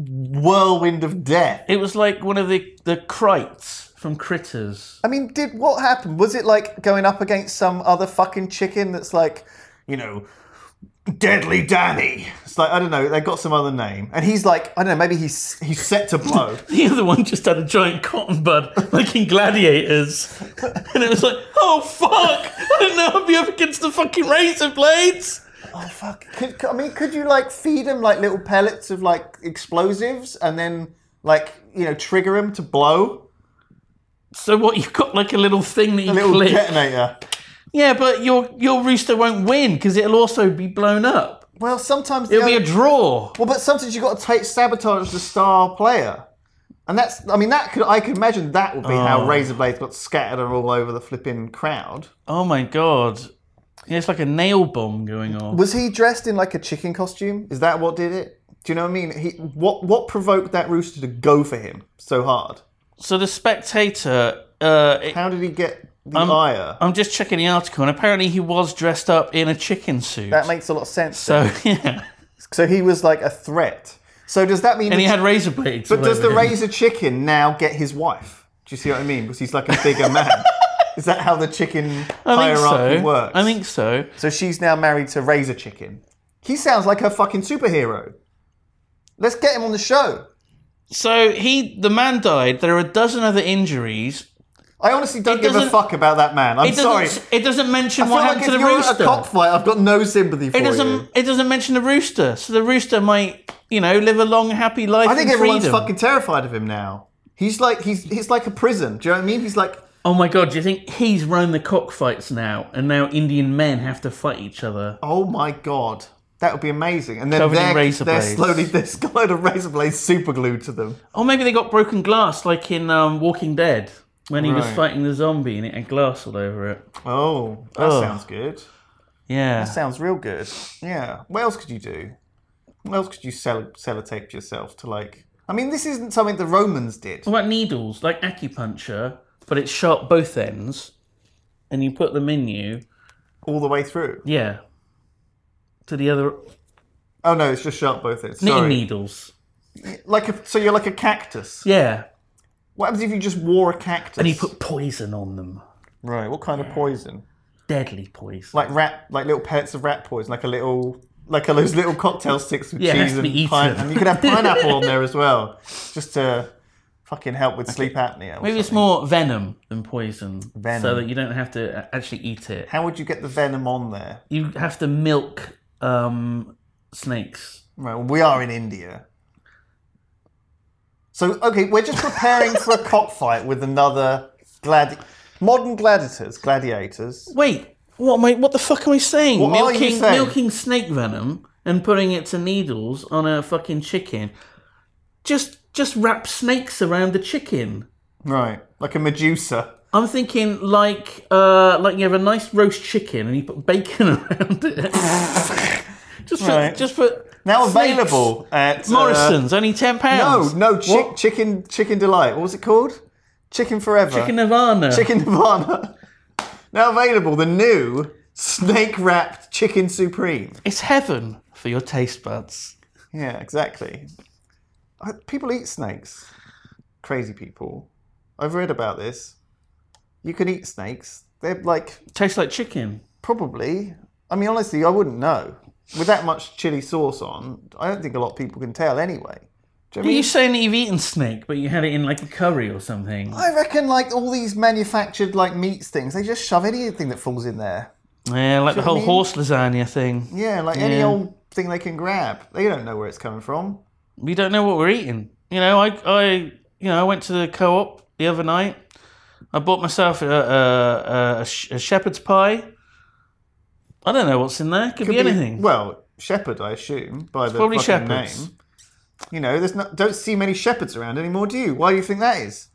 whirlwind of death.
It was like one of the, the crites from Critters.
I mean, did what happened? Was it like going up against some other fucking chicken that's like, you know, Deadly Danny? It's like I don't know. They got some other name, and he's like, I don't know. Maybe he's he's set to blow.
The other one just had a giant cotton bud, like in Gladiators. And it was like, oh fuck! I didn't know I'd be up against the fucking razor blades!
oh fuck! Could, could- I mean, could you like feed him like little pellets of like explosives, and then like you know trigger him to blow?
So what, you've got like a little thing that you
A little
click.
detonator.
Yeah, but your your rooster won't win because it'll also be blown up.
Well, sometimes the
It'll be a
other-
draw.
Well, but sometimes you've got to take sabotage the star player, and that's. I mean, that could. I could imagine that would be how razor blades got scattered all over the flipping crowd.
Oh my god. Yeah, it's like a nail bomb going off.
Was he dressed in like a chicken costume? Is that what did it? Do you know what I mean? He what what provoked that rooster to go for him so hard?
So the spectator, uh, it-
How did he get the
Um,
ire?
I'm just checking the article, and apparently he was dressed up in a chicken suit.
that makes a lot of sense. So,
so yeah,
he was like a threat. So does that mean?
and he
the-
had razor blades.
but
all
does
over
the
him.
razor chicken now get his wife? Do you see what I mean? Because he's like a bigger man. Is that how the chicken
I think
hierarchy
so.
works?
I think so.
So she's now married to Razor Chicken. He sounds like her fucking superhero. Let's get him on the show.
So he, the man died. There are a dozen other injuries.
I honestly don't
It
give a
doesn't-
fuck about that man. I'm
It doesn't.
sorry.
It doesn't mention
I feel
what
like
happened to
if
the
you're at
rooster.
a cockfight, I've got no sympathy for
it doesn't.
you.
It doesn't mention the rooster. So the rooster might, you know, live a long, happy life.
I think
in
everyone's
freedom.
fucking terrified of him now. He's like he's he's like a prison. Do you know what I mean? He's like
Oh my god! Do you think he's run the cockfights now, and now Indian men have to fight each other?
oh my god, that would be amazing. And then
Covered in
they're,
razor
they're
blades.
slowly there's a load of razor blades super glued to them.
Or maybe they got broken glass, like in um, Walking Dead, when he was
Right.
fighting the zombie and it had glass all over it.
Oh, that sounds good.
Yeah.
Sounds real good. Yeah. What else could you do? What else could you sell sellotape yourself to like? I mean, this isn't something the Romans did.
What about needles, like acupuncture, but it's sharp both ends, and you put them in you,
All the way through.
yeah, to the other
Oh no, it's just sharp both ends.
Knitting
Sorry.
needles.
Like a, so you're like a cactus.
Yeah.
What happens if you just wore a cactus?
And you put poison on them.
right. What kind of poison?
Deadly poison.
Like rat, like little pellets of rat poison, like a little, like a, those little cocktail sticks with
Yeah, it has
cheese
to be
and pine,
eaten.
and you could have pineapple on there as well, just to fucking help with sleep apnea. or
Maybe it's
something.
more venom than poison.
Venom.
So that you don't have to a- actually eat it.
How would you get the venom on there?
You have to milk um, snakes.
Right, well, we are in India. So, okay, we're just preparing for a cockfight with another gladi- modern gladiators, gladiators.
Wait, what am I, What the fuck am I saying?
What are you
milking,
saying?
milking snake venom and putting it to needles on a fucking chicken. Just, just wrap snakes around the chicken.
Right, like a Medusa.
I'm thinking like, uh, like you have a nice roast chicken and you put bacon around it. just, put,
Right.
just put
Now
snakes.
available at uh,
Morrison's only ten
no,
pounds.
no, chick, chicken, chicken delight. What was it called? Chicken forever.
chicken Nirvana.
Chicken Nirvana. now available, the new snake wrapped chicken supreme.
It's heaven for your taste buds.
Yeah, exactly. I- People eat snakes. Crazy people. I've read about this. You can eat snakes. They're like
Tastes like chicken.
probably. I mean, honestly, I wouldn't know. With that much chili sauce on, I don't think a lot of people can tell anyway. Do you know what I
Are
mean?
you saying that you've eaten snake, but you had it in like a curry or something?
I reckon like all these manufactured like meats things, they just shove anything that falls in there.
Yeah, like the whole
I mean?
horse lasagna thing.
Yeah, like any
Yeah.
old thing they can grab. They don't know where it's coming from.
We don't know what we're eating. You know, I, I, you know, I went to the co-op the other night. I bought myself a, a, a, sh- a shepherd's pie. I don't know what's in there. Could, be,
Could be-
anything.
Well, shepherd, I assume, by the
probably
fucking
shepherds.
name. You know, there's not don't see many shepherds around anymore, do you? Why do you think that is?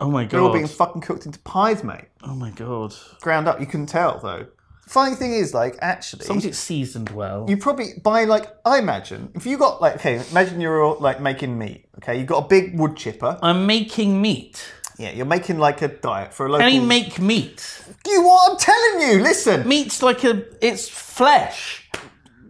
oh my
They're
god.
all being fucking cooked into pies, mate.
oh my god.
Ground up, you couldn't tell though. Funny thing is, like, actually,
As long as it's seasoned well.
you probably buy like I imagine if you got like okay, imagine you're all, like making meat. Okay, you got a big wood chipper.
I'm making meat.
Yeah, you're making like a diet for a local.
Can you make meat?
You what? I'm telling you. Listen,
Meat's like a. It's flesh.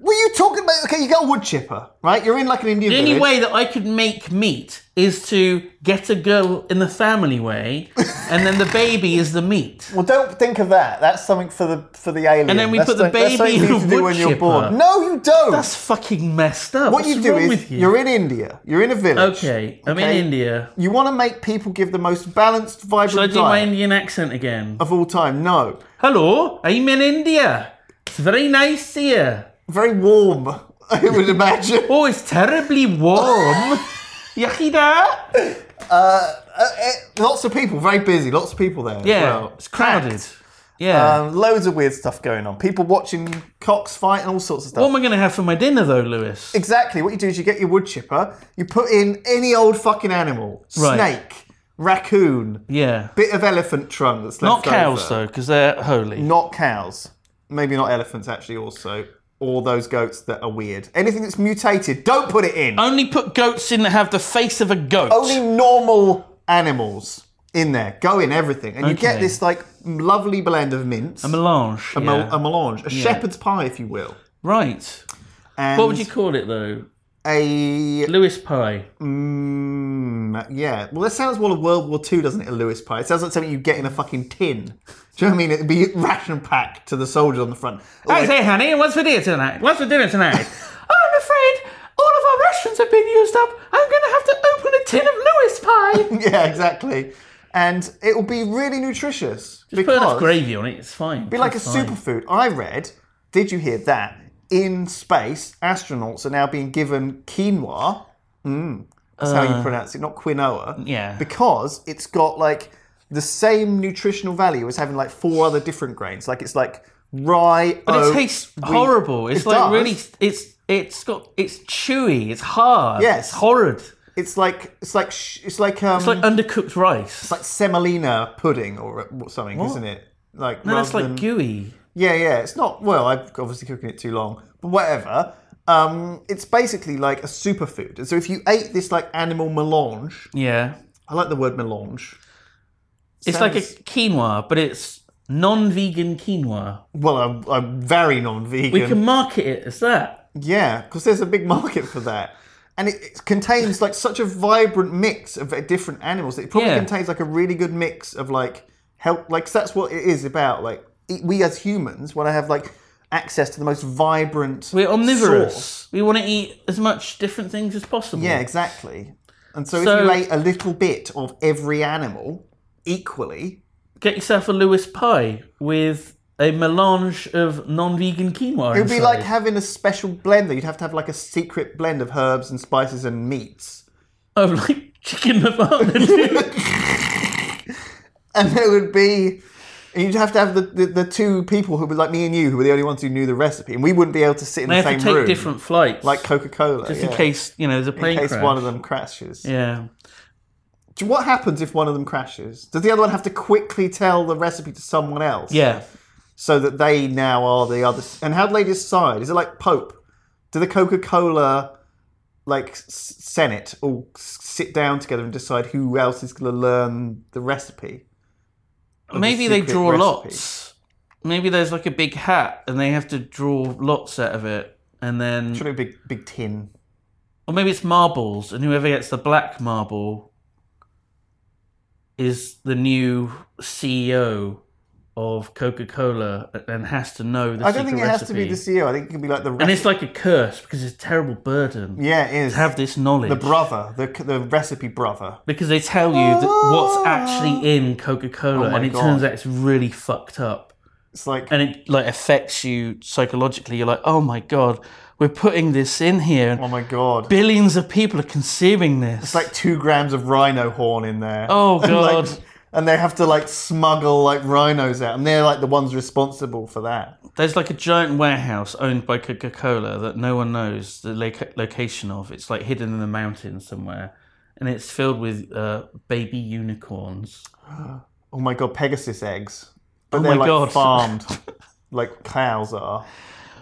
were you talking about? Okay, you got a wood chipper, right? You're in like an Indian
The only
village.
way that I could make meat is to get a girl in the family way, and then the baby is the meat.
Well, don't think of that. That's something for the for the alien.
And then we
That's
put the
like- that's something
baby
you
in a
need to do
wood
when you're
chipper.
born. No, you don't.
That's fucking messed up.
what
What's
you do
wrong
is
with you?
you're in India. You're in a village.
okay, I'm
okay?
in India.
You want to make people give the most balanced,
Should I
vibrant
do my
diet
Indian accent again?
of all time. No,
Hello, I'm in India. It's very nice here.
very warm. I would imagine.
Oh, it's terribly warm. Yucky that.
Eh, lots of people, very busy. Lots of people there. as
Yeah,
well.
it's crowded.
Packed.
Yeah.
Um, loads of weird stuff going on. People watching cocks fight and all sorts of stuff.
what am I going to have for my dinner though, Lewis?
Exactly. What you do is you get your wood chipper, you put in any old fucking animal,
Right.
snake, raccoon,
Yeah.
bit of elephant trunk that's
Not
left
cows
over.
though, because they're holy.
Not cows. Maybe not elephants actually. Also, or those goats that are weird. Anything that's mutated, don't put it in.
Only put goats in that have the face of a goat.
Only normal animals in there. Go in everything, and you get
Okay.
this like lovely blend of mints, a,
melange.
mel-
yeah.
a melange, a shepherd's pie, if you will.
right.
And
What would you call it though?
a
Lewis pie.
Mm, yeah. Well, that sounds more of World War II, doesn't it? A Lewis pie. It sounds like something you get in a fucking tin. Do you know what I mean? It'd be ration packed to the soldiers on the front.
I say, honey, what's for dinner tonight? What's for dinner tonight? oh, I'm afraid all of our rations have been used up. I'm going to have to open a tin of Lewis pie.
yeah, exactly. And it will be really nutritious
Just put enough gravy on it. It's fine.
be like a superfood. I read. Did you hear that? In space, astronauts are now being given quinoa. Mm, that's how you pronounce it, not quinoa.
Uh, yeah.
Because it's got like the same nutritional value as having like four other different grains. Like it's like rye.
But
oat,
it tastes
wheat.
horrible. It's
It
like
does.
really. It's it's got it's chewy. It's hard.
Yes.
It's horrid.
It's like it's like sh- it's like um
It's like undercooked rice.
like semolina pudding or or something, is isn't it? Like
no,
rather
that's like
than-
gooey.
Yeah, yeah. It's not well. I'm obviously cooking it too long, but whatever. Um, it's basically like a superfood. And so if you ate this like animal melange,
Yeah.
I like the word melange.
It's like a
Sounds-
quinoa, but it's non-vegan quinoa.
Well, I'm, I'm very non-vegan.
We can market it as that.
Yeah, because there's a big market for that. And it, it contains like such a vibrant mix of uh, different animals. It probably
Yeah.
contains like a really good mix of like help. Like 'cause that's what it is about. Like e- we as humans want to have like access to the most vibrant.
We're omnivorous.
source.
We want to eat as much different things as possible.
Yeah, exactly. And so,
So-
if you ate a little bit of every animal equally,
Get yourself a Lewis pie with a melange of non-vegan quinoa.
it would be like
inside.
having a special blend. You'd have to have like a secret blend of herbs and spices and meats.
of like chicken nirvana. dude.
and it would be and you'd have to have the, the, the two people who were like me and you who were the only ones who knew the recipe and we wouldn't be able to sit in
they
the
have
same
to take
room
different flights,
like coca-cola
just in
yeah,
case you know there's a
in
plane
case
crash.
one of them crashes
Yeah.
Do- what happens if one of them crashes does the other one have to quickly tell the recipe to someone else
Yeah.
so that they now are the other and how do they decide is it like pope do the coca-cola like s- senate all s- sit down together and decide who else is going to learn the recipe Or the
Maybe they
secret
draw
recipe?
lots. Maybe there's like a big hat and they have to draw lots out of it. And then,
Should be a big, big tin.
or maybe it's marbles, and whoever gets the black marble is the new CEO of Coca Cola and has to know the
I don't think it
secret
has to be the
recipe.
CEO. I think it could be like the
And
recipe.
it's like a curse because it's a terrible burden
yeah, it is
to have this knowledge.
the brother, the the recipe brother.
Because they tell you that what's actually in Coca Cola,
Ah. Oh my
and it
God.
turns out it's really fucked up,
It's like
and it like affects you psychologically. You're like, oh my god, we're putting this in here, and
oh my god,
billions of people are consuming this.
it's like two grams of rhino horn in there.
Oh,
And, like,
God.
and they have to like smuggle like rhinos out, and they're like the ones responsible for that.
There's like a giant warehouse owned by Coca Cola that no one knows the loca- location of. It's like hidden in the mountains somewhere, and it's filled with uh, baby unicorns.
Oh my god, Pegasus eggs, but
Oh
they're
my
like
God.
farmed, like cows are.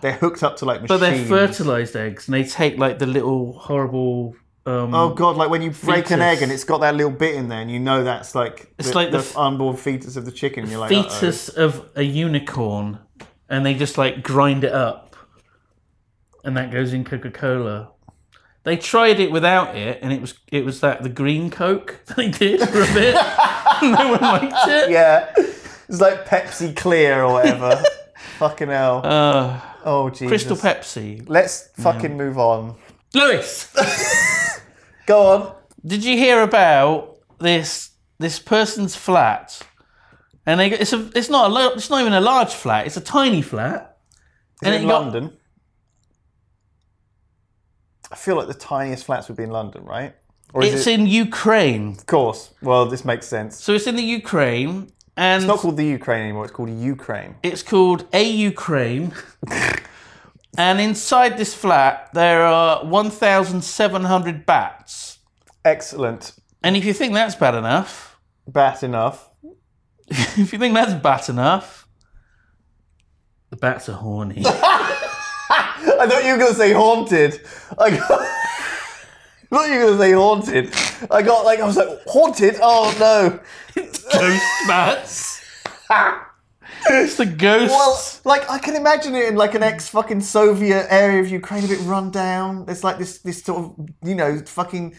They're hooked up to like
But
machines.
they're fertilized eggs, and they take like the little horrible. Um,
Oh god! Like when you break an
Fetus.
egg and it's got that little bit in there, and you know that's like
It's like the f-
unborn fetus of the chicken. You're like "Uh-oh."
fetus of a unicorn and they just like grind it up and that goes in coca-cola they tried it without it and it was it was that the green coke that they did for a bit no one liked it
Yeah. It's like Pepsi Clear or whatever. fucking hell.
Uh,
oh, Jesus.
crystal pepsi
Let's fucking move on.
lewis
Go on.
did you hear about this this person's flat and they, it's a, it's not a, lo- it's not even a large flat. It's a tiny flat.
Is it
it
in
got-
London? I feel like the tiniest flats would be in London, right? Or is
It's
it?
in Ukraine,
Of course. Well, this makes sense.
so it's in the Ukraine, and
It's not called the Ukraine anymore. It's called Ukraine.
It's called A Ukraine. and inside this flat, there are 1,700 bats.
Excellent.
And if you think that's bad enough,
Bat enough.
if you think that's bat enough, the bats are horny.
I thought you were gonna say haunted. I got. I thought you were gonna say haunted. I got like I was like haunted. Oh no.
ghost bats. it's the ghosts.
Well, like I can imagine it in like an ex fucking Soviet area of Ukraine, a bit run down. There's like this this sort of you know fucking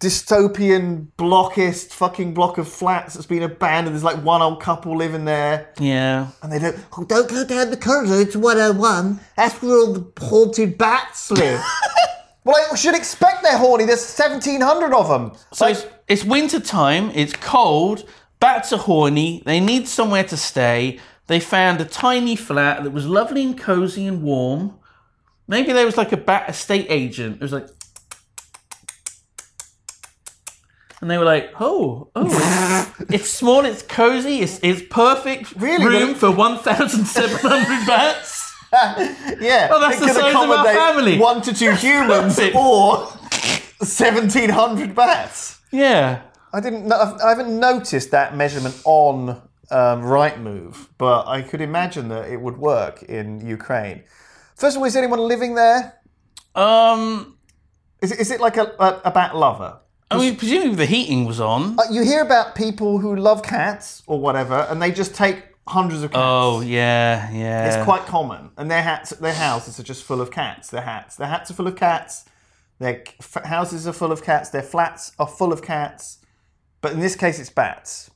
dystopian blockist fucking block of flats that's been abandoned. There's like one old couple living there,
yeah.
and they don't oh, don't go down the corridor. It's 101. That's where all the haunted bats live. well, I should expect they're horny. There's 1,700 of them.
So it's, it's winter time, it's cold, bats are horny, they need somewhere to stay. They found a tiny flat that was lovely and cozy and warm. Maybe there was like a bat estate agent. It was like And they were like, oh, oh, it's, it's small, it's cozy, it's, it's perfect
Really?
room for 1,700 bats.
Yeah.
Oh, that's
it
the
could
size of our
accommodate
family.
One to two humans
Perfect.
or 1,700 bats.
Yeah.
I didn't. know- I've- I haven't noticed that measurement on um, Right Move, but I could imagine that it would work in Ukraine. First of all, is anyone living there?
Um,
Is, it- is it like a, a, a bat lover?
I mean,
Uh,
presumably the heating was on.
But you hear about people who love cats or whatever, and they just take hundreds of cats.
Oh yeah, yeah.
It's quite common, and their hats, their houses are just full of cats. Their hats, their hats are full of cats. Their c- f- houses are full of cats. Their flats are full of cats. But in this case, it's bats.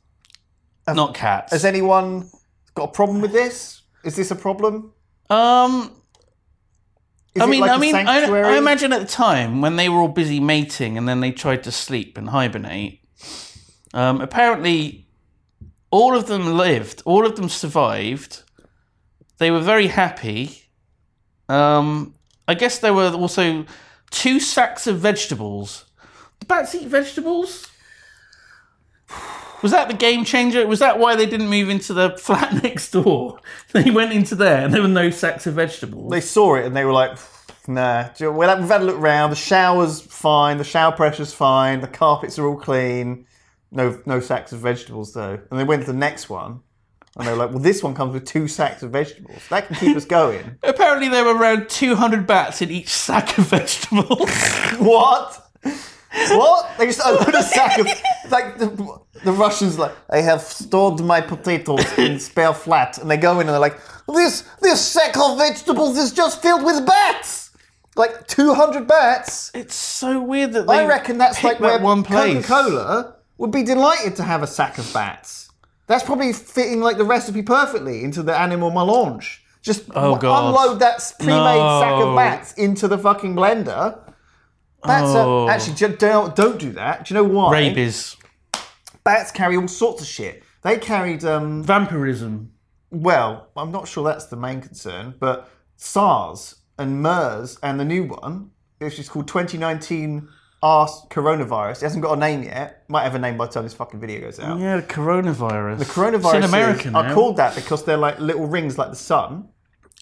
not cats.
Has anyone got a problem with this? Is this a problem?
um,
Is
I
it
mean,
like
I
a
mean, I,
sanctuary?
I imagine at the time when they were all busy mating and then they tried to sleep and hibernate. Um, apparently, all of them lived. All of them survived. They were very happy. Um, I guess there were also two sacks of vegetables. The bats eat vegetables. Was that the game changer? Was that why they didn't move into the flat next door? They went into there and there were no sacks of vegetables.
They saw it and they were like, "Nah." Do you- We've had we've had a look round. The shower's fine. The shower pressure's fine. The carpets are all clean. No, no sacks of vegetables though. And they went to the next one, and they were like, "Well, this one comes with two sacks of vegetables. That can keep us going."
Apparently, there were around 200 bats in each sack of vegetables.
what? What? They just opened a sack of like the, the Russians like I have stored my potatoes in spare flat, and they go in and they're like, "This this sack of vegetables is just filled with bats." Like 200 bats.
it's so weird that they
I reckon that's
picked
like where
that one place.
Coca-Cola would be delighted to have a sack of bats. That's probably fitting like the recipe perfectly into the animal melange. Just
Oh, God.
unload that s- pre-made sack of
No.
bats into the fucking blender. Bats
Oh.
are, actually ju- don't, don't do that. Do you know why?
Rabies,
Bats carry all sorts of shit. They carried um
vampirism.
well, I'm not sure that's the main concern, but SARS and MERS and the new one, which is called 2019 R coronavirus. It hasn't got a name yet. Might have a name by the time this fucking video goes out.
Yeah, the coronavirus. The
Coronaviruses
in America now.
are called that because they're like little rings like the sun.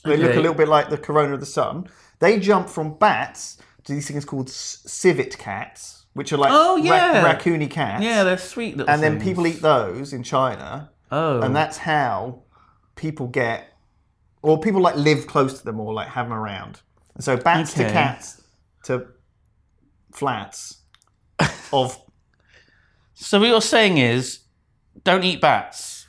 They look
Okay.
a little bit like the corona of the sun. They jump from bats to these things called s- civet cats, which are like
Oh,
ra-
yeah.
raccoony cats.
Yeah, they're sweet little.
and then
things.
people eat those in China
Oh,
and that's how people get or people like live close to them or like have them around and so bats to
Okay.
cats to flats of
so what you're saying is, don't eat bats.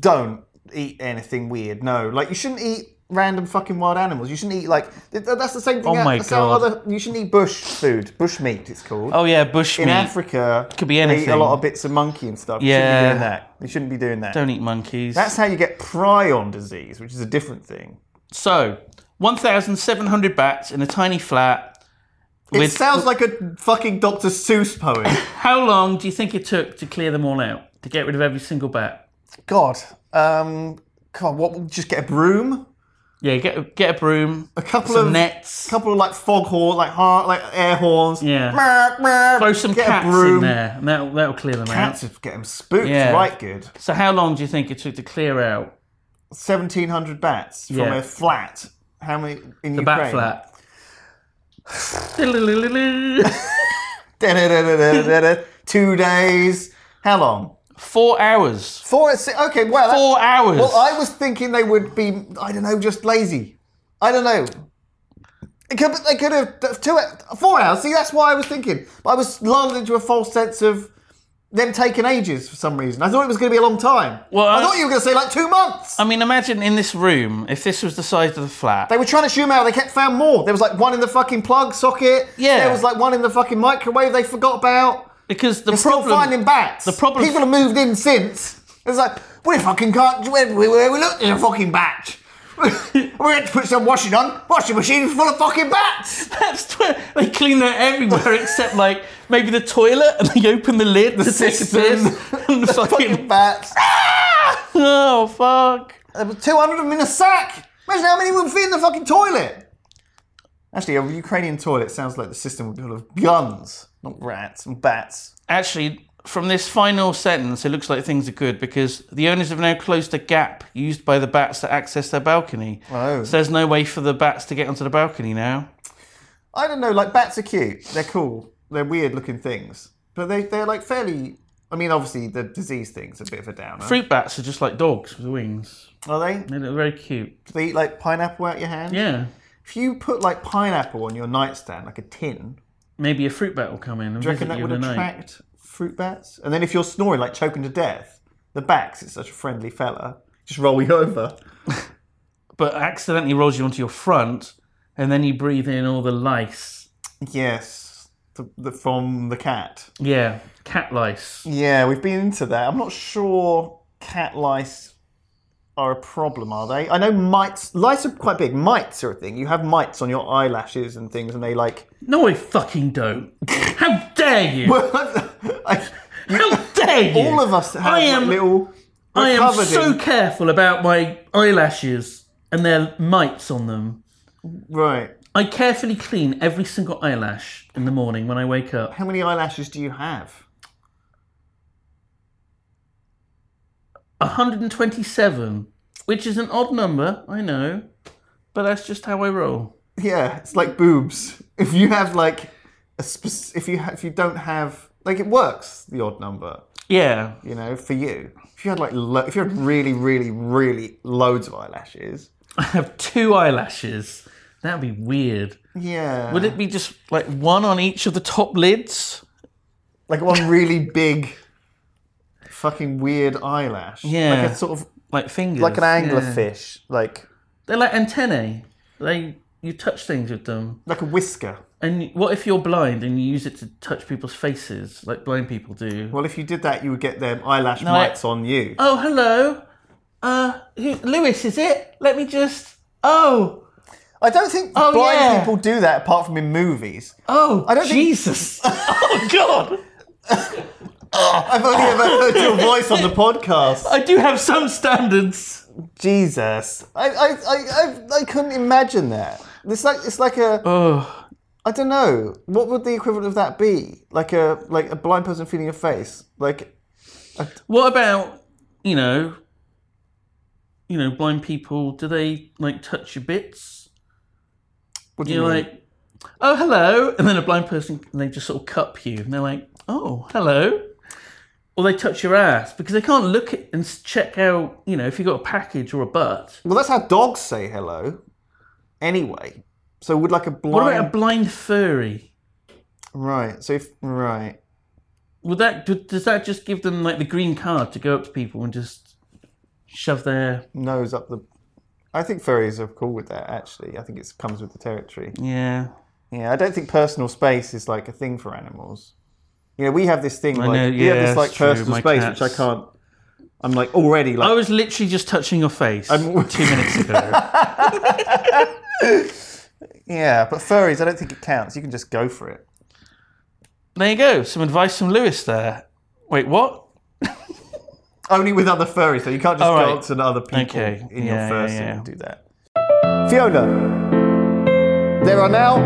don't eat anything weird no like you shouldn't eat random fucking wild animals you shouldn't eat like th- th- that's the same thing
Oh my
that's how
God.
other, you shouldn't eat bush food bush meat it's called
Oh yeah, bush
in
meat.
africa
Could be
they eat a
anything.
lot of bits of monkey and stuff you shouldn't be
Yeah.
doing that you shouldn't be doing that
Don't eat monkeys.
that's how you get prion disease which is a different thing
so 1,700 bats in a tiny flat.
It sounds like a fucking Dr. Seuss poem.
How long do you think it took to clear them all out? To get rid of every single bat?
God, um, God, what? Just get a broom,
Yeah, get a, get a broom,
a couple
some
of
nets,
couple of like fog horn, like heart, like air horns.
Yeah.
Meow, meow.
throw some
get
cats
a broom.
in there, and that'll that'll clear them
Cats
out.
would get them spooked,
Yeah.
right? Good.
So how long do you think it took to clear out
Seventeen hundred bats from
Yeah.
a flat. How many in
the
Ukraine?
bat flat? Diddle-diddle-diddle.
Da-da-da-da-da-da-da. Two days. How long?
Four hours.
Four. Okay. Well, that-
Four hours.
Uh, Well, I was thinking they would be, I don't know, just lazy. I don't know. It could, they could have two, four hours. See, that's why I was thinking. But I was lulled into a false sense of them taking ages for some reason. I thought it was going to be a long time.
Well,
I,
I-
thought you were going to say like two months.
I mean, imagine in this room if this was the size of the flat.
they were trying to shoot 'em out. They kept found more. There was like one in the fucking plug socket.
Yeah.
There was like one in the fucking microwave. They forgot about.
because the
They're still
problem.
finding bats. The
problem-
People have moved in since. It's like we fucking can't. We, we, we looked at a fucking bat. we had to put some washing on. Washing machine is full of fucking bats.
That's tw- they clean that everywhere except like maybe the toilet, and they open the lid to take a
system.
piss, and the
fucking
fucking.
bats.
Oh fuck!
There were 200 of them in a sack. Imagine how many would fit in the fucking toilet. Actually, a Ukrainian toilet sounds like the system would be full of guns, not rats and bats.
Actually, from this final sentence, it looks like things are good because the owners have now closed the gap used by the bats to access their balcony.
Oh.
So there's no way for the bats to get onto the balcony now.
I don't know, like bats are cute. They're cool. They're weird looking things. But they, they're like fairly. I mean, obviously, the disease thing's a bit of a downer.
Fruit bats are just like dogs with wings.
Are they?
They look very cute.
Do they eat like pineapple out your hand?
Yeah.
If you put like pineapple on your nightstand, like a tin,
Maybe a fruit bat will come in and
do you reckon
visit
that
you
would
in the night.
attract fruit bats? And then if you're snoring, like choking to death, the bats, it's such a friendly fella, Just roll you over.
but accidentally rolls you onto your front, and then you breathe in all the lice.
Yes. The, the, from the cat.
Yeah, cat lice.
Yeah, we've been into that. I'm not sure cat lice are a problem, are they? I know mites. Lice are quite big. Mites are a thing. You have mites on your eyelashes and things, and they like.
No, I fucking don't. How dare you?
I-
How dare you?
all of us have
I
like,
am-
little. we're
I am
covered
so
in-
careful about my eyelashes and their mites on them.
right.
I carefully clean every single eyelash in the morning when I wake up.
How many eyelashes do you have?
127, which is an odd number, I know, but that's just how I roll.
Yeah, it's like boobs. If you have like a spec- if you ha- if you don't have like it works the odd number,
Yeah.
you know, for you. If you had like lo- if you had really really really loads of eyelashes,
I have two eyelashes. That'd be weird.
yeah,
Would it be just like one on each of the top lids?
like one really big fucking weird eyelash.
Yeah.
like a sort of
Like fingers.
like an
yeah.
anglerfish, like
They're like antennae. They you touch things with them.
like a whisker.
And what if you're blind and you use it to touch people's faces, like blind people do?
Well, if you did that, you would get them eyelash
I-
mites on you.
Oh, hello. Uh, who, Lewis, is it? Let me just. Oh,
I don't think
Oh,
blind
yeah.
people do that apart from in movies.
oh,
I don't think-
Jesus. oh God.
I've only ever heard your voice on the podcast.
I do have some standards.
Jesus, I, I, I, I, I couldn't imagine that. It's like it's like a
Oh,
I don't know what would the equivalent of that be? Like a like a blind person feeling a face. Like
what about you know, you know, blind people? Do they like touch your bits?
what do you
You're
mean?
like, oh, hello, and then a blind person and they just sort of cup you, and they're like, oh, hello, or they touch your ass because they can't look at and s- check out you know if you've got a package or a butt.
Well, that's how dogs say hello. Anyway, so would like a
What
blind
about a blind furry?
right? So if right,
Would that do- does that just give them like the green card to go up to people and just shove their
nose up the. I think furries are cool with that. Actually, I think it comes with the territory.
yeah?
Yeah, I don't think personal space is like a thing for animals. You know, we have this thing
I
like
know,
we have
yeah,
this like
that's true,
personal
my
space, which I
cats.
can't. I'm like already
I
like
was literally just touching your face two minutes ago.
yeah, but furries, I don't think it counts. You can just go for it.
there you go. Some advice from Lewis there. Wait, what?
Only with other furries, so you can't just
All
go
right.
up to other people
Okay,
in
yeah,
your fursuit
yeah, yeah.
and do that. Fiona, there are now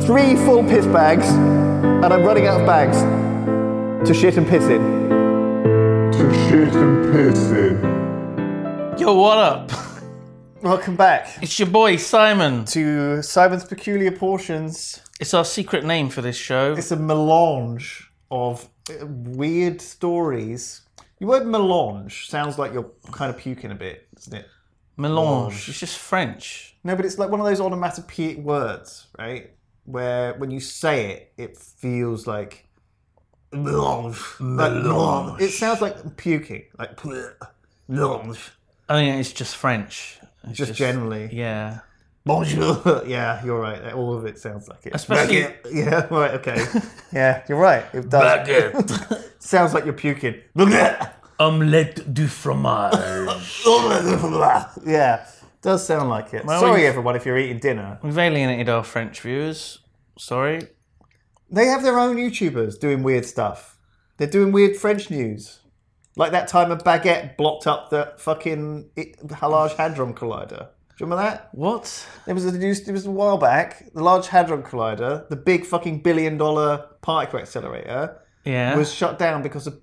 three full piss bags, and I'm running out of bags to shit and piss in.
to shit and piss in.
Yo, what up?
Welcome back
It's your boy Simon.
to Simon's Peculiar Portions.
It's our secret name for this show.
it's a melange of uh, weird stories. Your word melange sounds like you're kind of puking a bit, doesn't it?
Melange. It's just French.
No, but it's like one of those onomatopoeic words, right? Where when you say it, it feels like melange. Like, melange. It sounds like puking, like bleh, melange.
I think Oh, it's just French. It's
Just, generally.
Yeah.
Bonjour. Yeah, you're right. All of it sounds like it.
Especially-
Baguette. Yeah, right, okay. yeah, you're right. It does. sounds like you're puking. Baguette.
Omelette du fromage.
yeah, does sound like it. Sorry,
we've-
everyone, if you're eating dinner.
We've alienated our French viewers. Sorry.
They have their own YouTubers doing weird stuff. They're doing weird French news. Like that time a baguette blocked up the fucking I- Halage Hadron Collider. Do you remember that?
What?
It was a news, it was a while back. The Large Hadron Collider, the big fucking billion dollar particle accelerator,
Yeah.
was shut down because a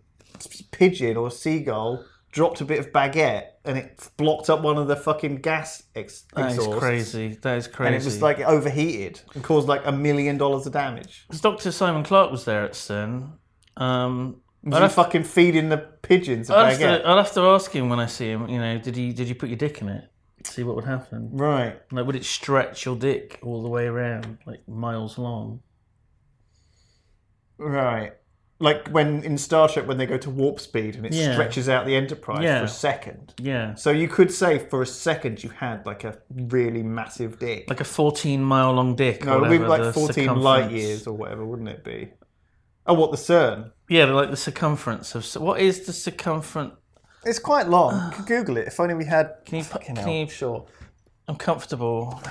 pigeon or seagull dropped a bit of baguette and it blocked up one of the fucking gas ex-
that is
exhausts.
crazy. That is crazy.
and it was like overheated and caused like a million dollars of damage.
Because Dr. Simon Clark was there at Stern. Um,
Was you fucking feeding the pigeons a
I'll have,
baguette?
to, I'll have to ask him when I see him. You know, did you did you put your dick in it? See what would happen.
Right.
Like, would it stretch your dick all the way around, like miles long?
Right. like when in Star Trek when they go to warp speed and it
Yeah.
stretches out the Enterprise
Yeah.
for a second.
Yeah.
So you could say for a second you had like a really massive dick.
Like a 14 mile long dick. or
no, it'd be
whatever, the
like 14 light
circumference.
years or whatever, wouldn't it be? Oh, what the CERN?
Yeah, like the circumference of. What is the circumference?
It's quite long. You could Google it. If only we had.
Can you,
Fucking
can
hell.
you sure? I'm comfortable.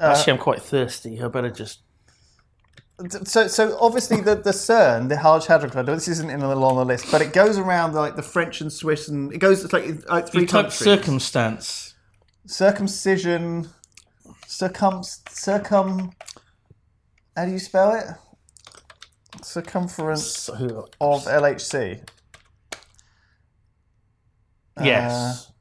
Uh,
Actually, I'm quite thirsty. I better just.
So, so obviously the, the CERN, the Large Hadron Collider. This isn't in the long the list, but it goes around like the French and Swiss, and it goes it's like, like three
You type
countries.
circumstance.
circumcision, circum, circum. How do you spell it? Circumference of LHC. Uh,
Yes.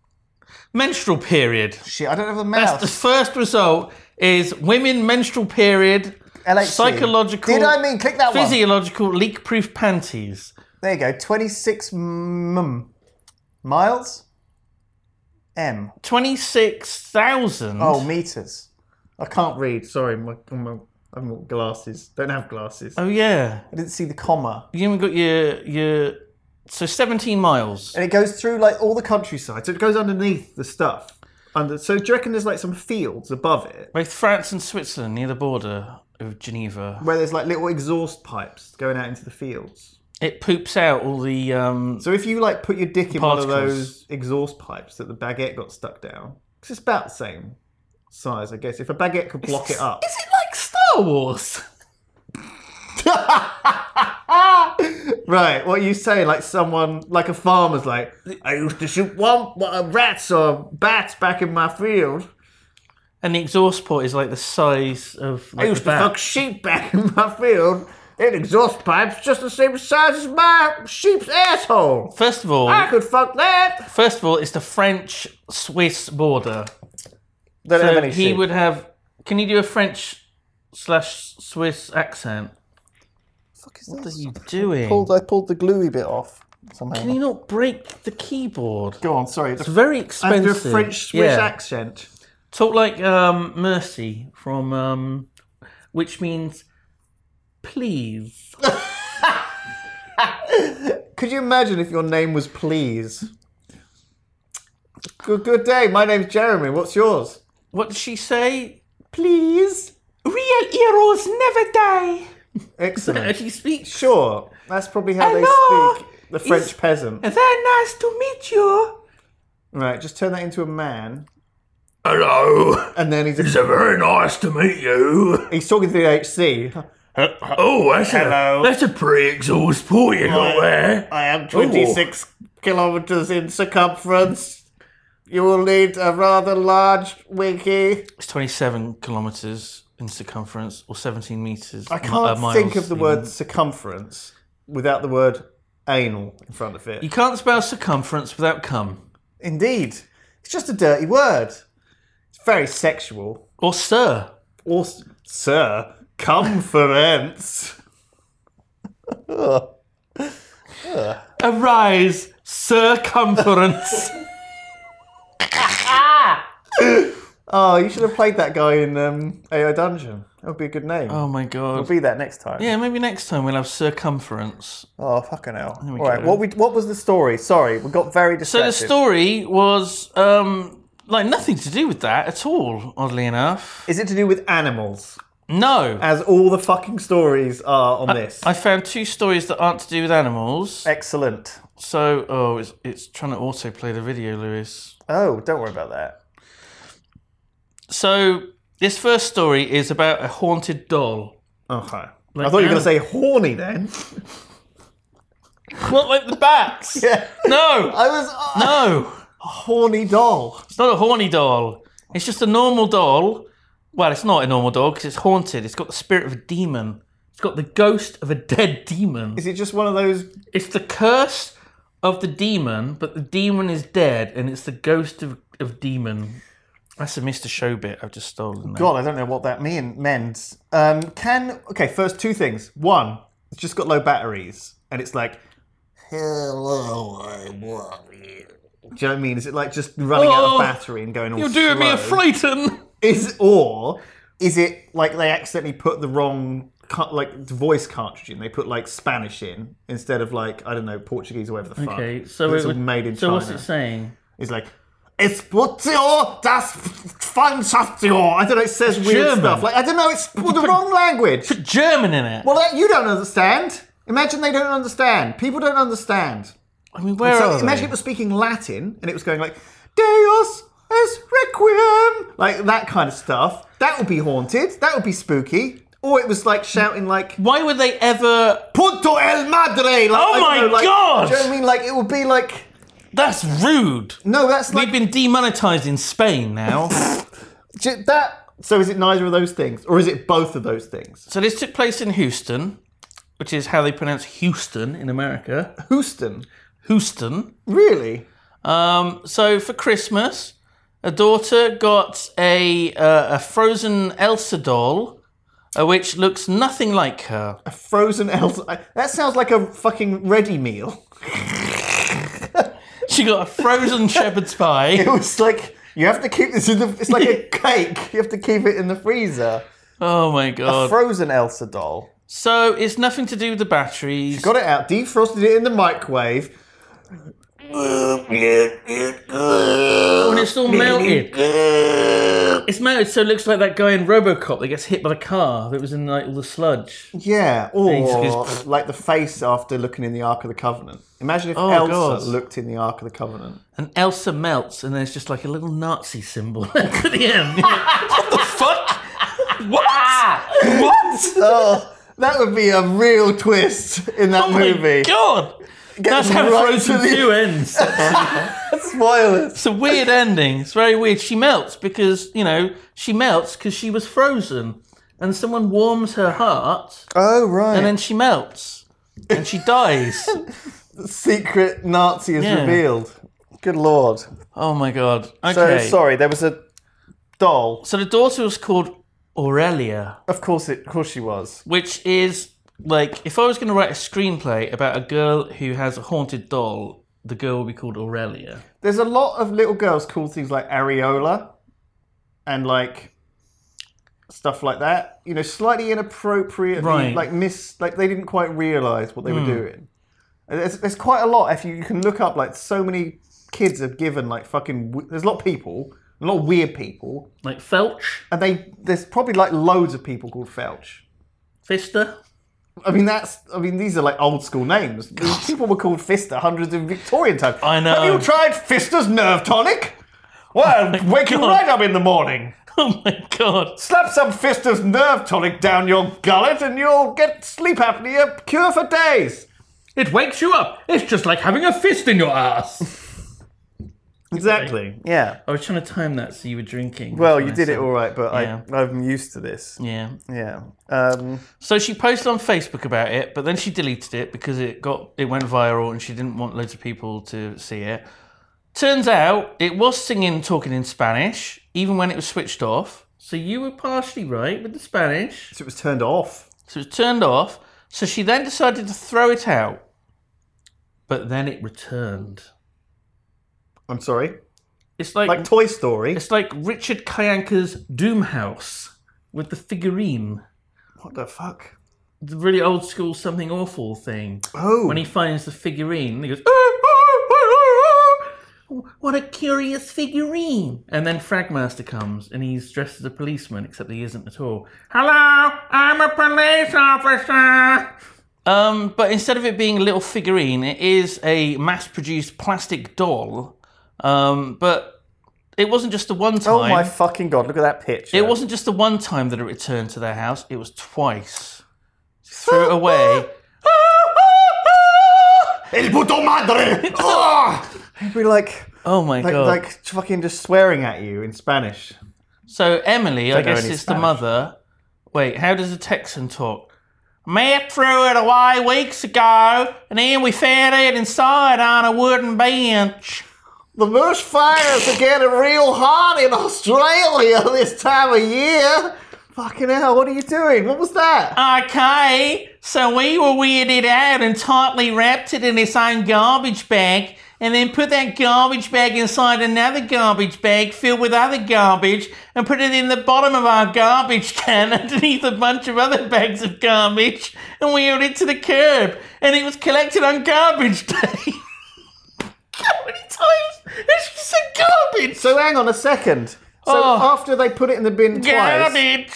Menstrual period.
Shit, I don't have the
That's
mouth.
the first result is women menstrual period.
LHC.
Psychological.
Did I mean click that one?
Physiological leak-proof panties.
There you go. Twenty-six mm, miles. M.
Twenty-six thousand.
Oh, meters. I can't read. Sorry, my, my I've got glasses. Don't have glasses. I
Oh yeah.
didn't see the comma.
You even got your your. So seventeen miles.
And it goes through like all the countryside. So it goes underneath the stuff. Under. So do you reckon there's like some fields above it
Both France and Switzerland near the border of Geneva.
where there's like little exhaust pipes going out into the fields?
It poops out all the um,
So if you like put your dick in one of
Particles.
those exhaust pipes that the baguette got stuck down, 'cause it's about the same size, I guess. If a baguette could block it up.
Is it like Star Wars?
Right, what you say, like someone, like a farmer's like, I used to shoot one uh, rats or bats back in my field.
And the exhaust port is like the size of. Like,
I used
the
to
bat.
fuck sheep back in my field. It exhaust pipe's just the same size as my sheep's asshole.
First of all,
I could fuck that.
first of all, it's the French-Swiss border.
Don't
So he would have. Can you do a French slash Swiss accent? What are you doing?
I pulled the gluey bit off somehow.
Can you not break the keyboard?
Go on, sorry.
It's very
I have to do a
expensive.
French Swiss
Yeah.
accent.
Talk like um, Mercy from, um, which means please.
Could you imagine if your name was Please? Good, good day. My name's Jeremy. What's yours?
What did she say?
Please.
Real heroes never die. How
Excellent.
she speaks.
Sure, that's probably how
Hello.
they speak. The French
Is-
peasant.
They're nice to meet you.
Right, just turn that into a man,
Hello.
and then he's
It's a very nice to meet you.
he's talking to the HC.
Oh, that's hello. A, that's a pretty exhaust port you got there.
I am 26 kilometers in circumference. You will need a rather large wiki.
It's 27 kilometers in circumference or 17 meters.
I can't think of the word circumference without the word anal in front of
You
it.
can't spell circumference without cum.
Indeed, it's just a dirty word. It's very sexual.
Or sir.
Or, s- sir, conference.
Arise, circumference.
Oh, you should have played that guy in um, AI Dungeon. That would be a good name.
oh my god.
We'll be that next time.
Yeah, maybe next time we'll have circumference.
Oh, fucking hell. All
we
right,
go.
what, we, what was the story? Sorry, we got very
So the
distracted.
story was um, like nothing to do with that at all, oddly enough.
Is it to do with animals?
No.
As all the fucking stories are on this.
I found two stories that aren't to do with animals.
Excellent.
So, oh, it's, it's trying to autoplay the video, Lewis.
Oh, don't worry about that.
So, this first story is about a haunted doll.
Okay. I thought you were going to
anim-
say horny then.
Not like the bats.
Yeah.
No,
I was uh,
no.
horny doll.
It's not a horny doll. It's just a normal doll. Well, it's not a normal doll because it's haunted. It's got the spirit of a demon. It's got the ghost of a dead demon.
Is it just one of those?
It's the curse of the demon, but the demon is dead, and it's the ghost of, of demon. That's a Mr. Show bit I've just stolen. there.
God, I don't know what that mean, meant. Um, can okay? First, two things. One, it's just got low batteries, and it's like, hello, I want you. Do you know what I mean? Is it like just running out
Oh,
of battery and going all
You're doing me a
slow?
frighten.
Is or is it like they accidentally put the wrong cut like voice cartridge in. They put like Spanish in instead of like I don't know Portuguese or whatever the fuck.
Okay, so
But it's
it
all
would-
made in
so
China.
what's it saying?
It's like Espazio das Fantasio. I don't know. It says weird
German.
stuff. Like I don't know. It's the wrong language.
Put German in it.
Well, that you don't understand. Imagine they don't understand. People don't understand.
I mean, where
So
are
imagine
they?
it was speaking Latin and it was going like Deus es requiem, like that kind of stuff. That would be haunted. That would be spooky. Or it was like shouting like
Why would they ever?
Punto el madre. Like,
Oh
I don't
my
know, like-
God!
Do you know what I mean? Like it would be like
That's rude.
no, that's like
We've been demonetized in Spain now.
j- that. So is it neither of those things, or is it both of those things?
so this took place in Houston, which is how they pronounce Houston in America.
Houston,
Houston.
really?
Um, so for Christmas, a daughter got a uh, a frozen Elsa doll, uh, which looks nothing like her.
A frozen Elsa. I- That sounds like a fucking ready meal.
She got a frozen shepherd's pie.
It was like you have to keep this in the. It's like a cake. You have to keep it in the freezer.
Oh my
A
god!
frozen Elsa doll.
so it's nothing to do with the batteries.
Got it out, defrosted it in the microwave.
Oh, and it's all melted. It's melted, so it looks like that guy in RoboCop that gets hit by the car that was in like all the sludge.
Yeah, or
Jesus.
like the face after looking in the Ark of the Covenant. Imagine if
Oh,
Elsa
God.
looked in the Ark of the Covenant.
And Elsa melts, and there's just like a little Nazi symbol at the end. Ah! You're like, what the fuck? What? what?
Oh, that would be a real twist in that
Oh my
movie.
god! That's how
right
Frozen
to the-
2 ends.
Spoilers.
It's a weird ending. It's very weird. She melts because, you know, she melts because she was frozen. And someone warms her heart,
Oh right.
and then she melts. And she dies.
secret Nazi is
Yeah.
revealed. Good lord.
Oh my god.
So
Okay.
sorry, there was a doll.
So the daughter was called Aurelia,
Of course, it, of course she was.
which is like if I was going to write a screenplay about a girl who has a haunted doll, the girl would be called Aurelia.
There's a lot of little girls called things like areola and like stuff like that. You know, slightly inappropriate,
Right. Hmm.
like miss, like they didn't quite realize what they were doing. And There's, there's quite a lot. If you, you can look up, like so many kids have given like fucking. w- There's a lot of people, a lot of weird people,
Like Felch,
and they there's probably like loads of people called Felch.
Fister.
I mean, that's. I mean, these are like old school names. These People were called Fister hundreds of Victorian times.
I know.
Have you tried Fister's nerve tonic? Well, wake you
God.
right up in the morning.
Oh my god.
Slap some Fister's nerve tonic down your gullet, and you'll get sleep apnea cure for days.
It wakes you up. It's just like having a fist in your ass.
Exactly. Yeah.
I was trying to time that so you were drinking.
Well,
That's
you
why I
did it
said-
all right, but
Yeah.
I, I'm used to this.
Yeah.
Yeah. Um,
So she posted on Facebook about it, but then she deleted it because it got it went viral and she didn't want loads of people to see it. Turns out it was singing talking in Spanish, even when it was switched off. So you were partially right with the Spanish.
so it was turned off.
So it was turned off. So she then decided to throw it out. But then it returned.
I'm sorry.
It's like,
Like Toy Story.
it's like Richard Kayanka's Doom House with the figurine.
What the fuck?
The really old school something awful thing.
Oh.
when he finds the figurine, he goes, "Ah, ah, ah, ah, ah. What a curious figurine! And then Fragmaster comes and he's dressed as a policeman, except he isn't at all. Hello, I'm a police officer! Um, but instead of it being a little figurine, it is a mass produced plastic doll. Um, but it wasn't just the one time.
Oh my fucking god! Look at that picture.
It wasn't just the one time that it returned to their house, it was twice. Threw it away.
El puto madre! He'd be like,
Oh my
like,
god.
like fucking just swearing at you in Spanish.
So Emily, I
Don't know
guess
any
it's the
Spanish.
mother. Wait, how does a Texan talk? Matt threw it away weeks ago, and then we found it inside on a wooden bench.
The bushfires are getting real hot in Australia this time of year. Fucking hell, what are you doing? What was that?
Okay, so we were weirded out and tightly wrapped it in its own garbage bag and then put that garbage bag inside another garbage bag filled with other garbage and put it in the bottom of our garbage can underneath a bunch of other bags of garbage and wheeled it to the curb and it was collected on garbage day. How many times has she said garbage?
So hang on a second. So
Oh.
after they put it in the bin twice,
garbage.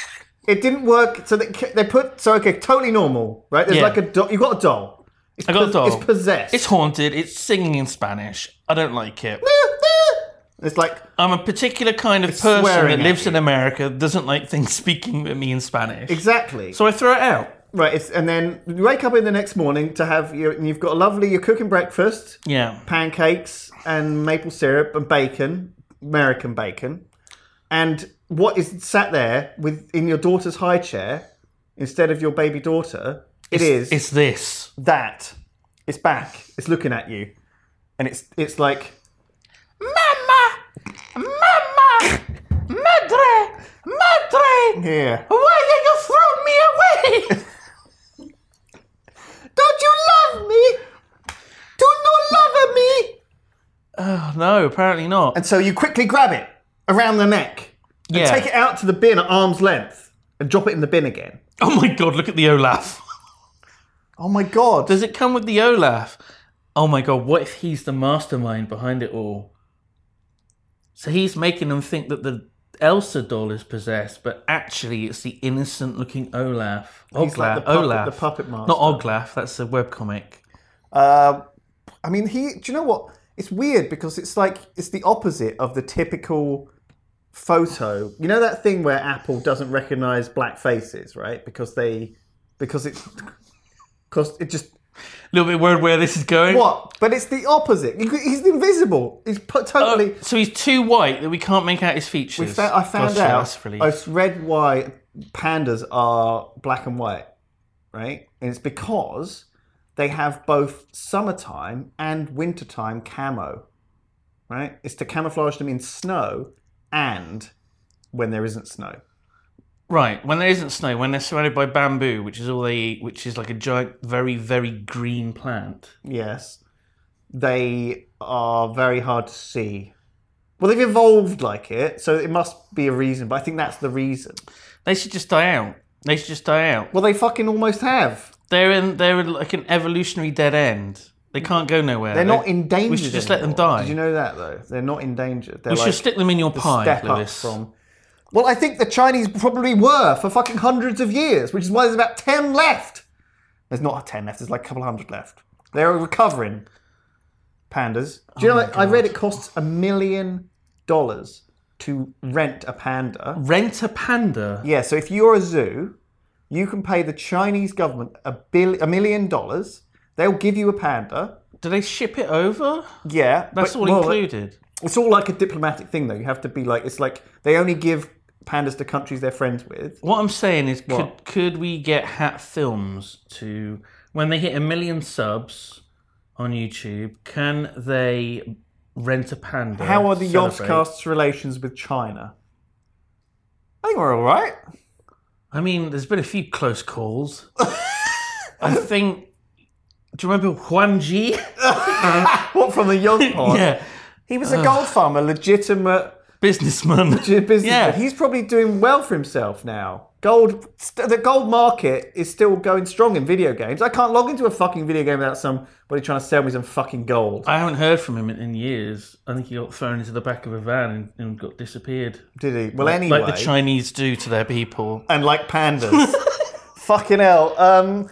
it didn't work. So they, they put so okay, totally normal, right? There's
Yeah.
like a doll. You got a doll. It's
I got a doll.
It's possessed.
It's haunted. It's singing in Spanish. I don't like it.
It's like
I'm a particular kind of person
swearing
that
at
lives
you.
in America doesn't like things speaking at me in Spanish.
exactly
So I throw it out.
right. It's, and then you wake up in the next morning to have your. and You've got a lovely. You're cooking breakfast,
Yeah.
pancakes and maple syrup and bacon, American bacon, and what is sat there with in your daughter's high chair instead of your baby daughter? It is.
It's this.
that it's back it's looking at you and it's it's like
Mama! Mama! Madre! Madre!
here
Why did you throw me away?
don't you love me do not love me
oh, no, apparently not.
and so you quickly grab it around the neck and
yeah.
take it out to the bin at arm's length and drop it in the bin again
Oh my god, look at the Olaf.
oh my god
Does it come with the Olaf? Oh my god, what if he's the mastermind behind it all? So he's making them think that the Elsa doll is possessed, but actually it's the innocent looking Olaf. Oglaff.
He's like the puppet-
Olaf.
the puppet master.
Not Oglaf, that's a webcomic.
uh, i mean he do you know what it's weird because it's like it's the opposite of the typical photo you know that thing where apple doesn't recognize black faces right because they because it's because it just
little bit worried where this is going.
What? But it's the opposite. You could- He's invisible. He's put
Oh,
totally.
so he's too white that we can't make out his features.
We found- I found
Gosh, yeah, That's
out.
a relief.
I've read why pandas are black and white, right? And it's because they have both summertime and wintertime camo, right? It's to camouflage them in snow and when there isn't snow.
Right, when there isn't snow, when they're surrounded by bamboo, which is all they eat, which is like a giant, very, very green plant.
Yes, they are very hard to see. Well, they've evolved like it, so it must be a reason. But I think that's the reason.
They should just die out. They should just die out.
Well, they fucking almost have.
They're in. They're in like an evolutionary dead end. They can't go nowhere.
They're not endangered.
We should just let them
anymore.
die.
Did you know that though? They're not endangered. They're
we
like
should stick them in your
the
pie,
step
Lewis.
up from. Well, I think the Chinese probably were for fucking hundreds of years, which is why there's about ten left. There's not ten left. There's like a couple hundred left. They're recovering pandas. Do you
Oh
know? I I read it costs a million dollars to rent a panda.
Rent a panda.
Yeah, so if you're a zoo, you can pay the Chinese government a bill a million dollars. They'll give you a panda.
Do they ship it over?
Yeah,
That's
but-
all
well,
included.
It's all like a diplomatic thing, though. You have to be like, it's like they only give pandas to countries they're friends with.
What I'm saying is, could could we get Hat Films to when they hit a million subs on YouTube? Can they rent a panda?
How are the
celebrate?
Yogscast's relations with China? I think we're all right.
I mean, there's been a few close calls. I think. Do you remember Huan Ji?
What from the Yog pod?
yeah,
He was a gold farmer, legitimate
businessman.
business.
Yeah.
He's probably doing well for himself now. Gold, st- the gold market is still going strong in video games. I can't log into a fucking video game without somebody trying to sell me some fucking gold.
I haven't heard from him in, in years. I think he got thrown into the back of a van and, and got disappeared.
Did he? Well, anyway. Uh,
Like the Chinese do to their people.
and like pandas. Fucking hell. Um,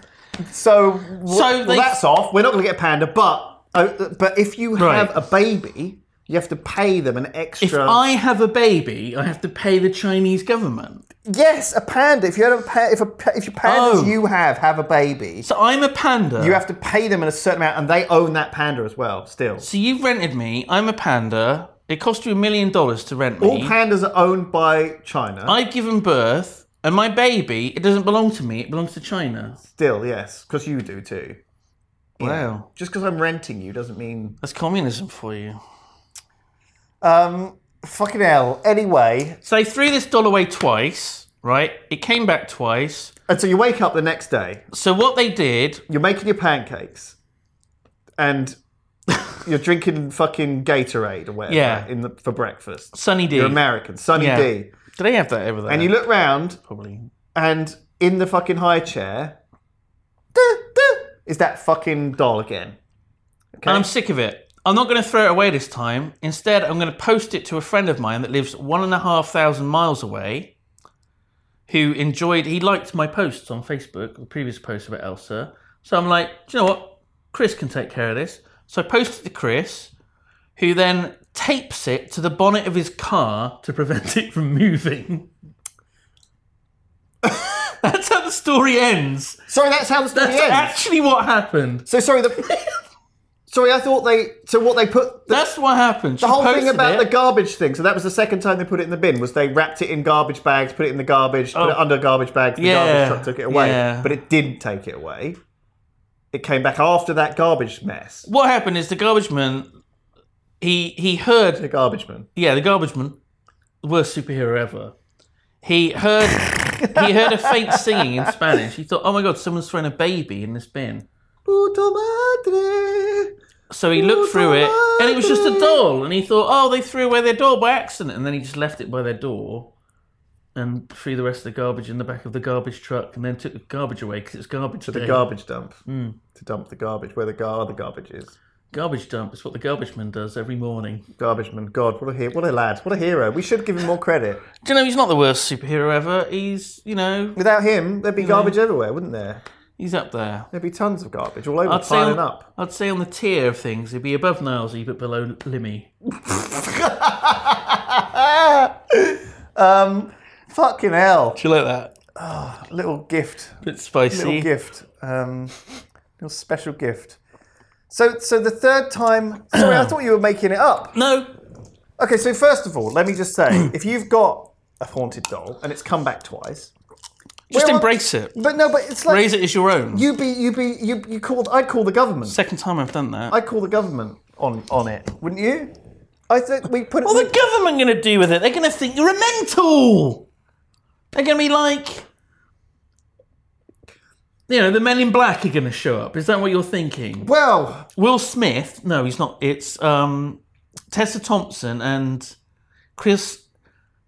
so wh- well,
they-
that's off. We're not going to get a panda, but uh, but if you
Right.
have a baby, you have to pay them an extra.
If I have a baby, I have to pay the Chinese government.
Yes, a panda. If you had a pa- if a pa- if your pandas
Oh.
you have have a baby,
So I'm a panda.
you have to pay them in a certain amount, and they own that panda as well. Still,
So you've rented me. I'm a panda. It cost you a million dollars to rent me.
all pandas are owned by China.
I've given birth, and my baby, it doesn't belong to me. It belongs to China.
Still, yes, because you do too.
Wow,
Just because I'm renting you doesn't mean
that's communism for you.
um fucking hell. Anyway,
So they threw this doll away twice, right? It came back twice.
and uh, so you wake up the next day
So what they did
you're making your pancakes, and You're drinking fucking Gatorade or whatever
Yeah.
in the, for breakfast.
Sunny D.
You're American, Sunny
Yeah.
D.
Do they have that over there?
And you look round,
probably.
and in the fucking high chair, duh, duh, is that fucking doll again?
And I'm sick of it. I'm not going to throw it away this time. Instead, I'm going to post it to a friend of mine that lives one and a half thousand miles away who enjoyed, he liked my posts on Facebook, the previous post about Elsa. So I'm like, do you know what? Chris can take care of this. So I posted to Chris, who then tapes it to the bonnet of his car to prevent it from moving. That's how the story ends.
Sorry, that's how the story
That's
ends.
actually what happened.
so sorry, the sorry, I thought they. So what they put the,
That's what happened.
the whole thing about
the
the garbage thing. So that was the second time they put it in the bin. Was they wrapped it in garbage bags, put it in the garbage, put it under garbage bags. The
Oh. Yeah,
garbage truck took it away,
yeah.
but it didn't take it away. It came back after that garbage mess.
what happened is the garbage man he he
The
heard
garbage man.
yeah the garbage man the worst superhero ever he heard he heard a faint singing in spanish he thought oh my god someone's thrown a baby in this bin
Puta madre.
so he looked through it and it was just a doll and he thought oh they threw away their doll by accident and then he just left it by their door and threw the rest of the garbage in the back of the garbage truck and then took the garbage away because it's garbage
to the
day.
garbage dump
Hmm.
to dump the garbage where the gar the garbage is.
garbage dump is what the garbage man does every morning
Garbage man, God, what a hero! What a lad! What a hero! We should give him more credit.
do you know he's not the worst superhero ever he's you know
Without him, there'd be garbage everywhere, wouldn't there?
he's up there
There'd be tons of garbage all over,
I'd say, on,
piling up.
I'd say on the tier of things, it'd be above Nilesy but below Limmy.
um, fucking hell!
Do you like that?
Little gift,
bit
little
spicy.
gift, um, little special gift. So, so the third time. Sorry, I thought you were making it up.
No,
Okay, so first of all, let me just say, if you've got a haunted doll and it's come back twice,
just
Where are-
embrace it.
but no, but it's like
Raise it as your own.
You be you be you you called I'd call the government.
Second time I've done that.
I'd call the government on on it, wouldn't you? I think we put
what are
it
the government going to do with it? They're going to think you're a mental. They're going to be like, you know, the men in black are going to show up. Is that what you're thinking?
well,
Will Smith? No, he's not. It's um, Tessa Thompson and Chris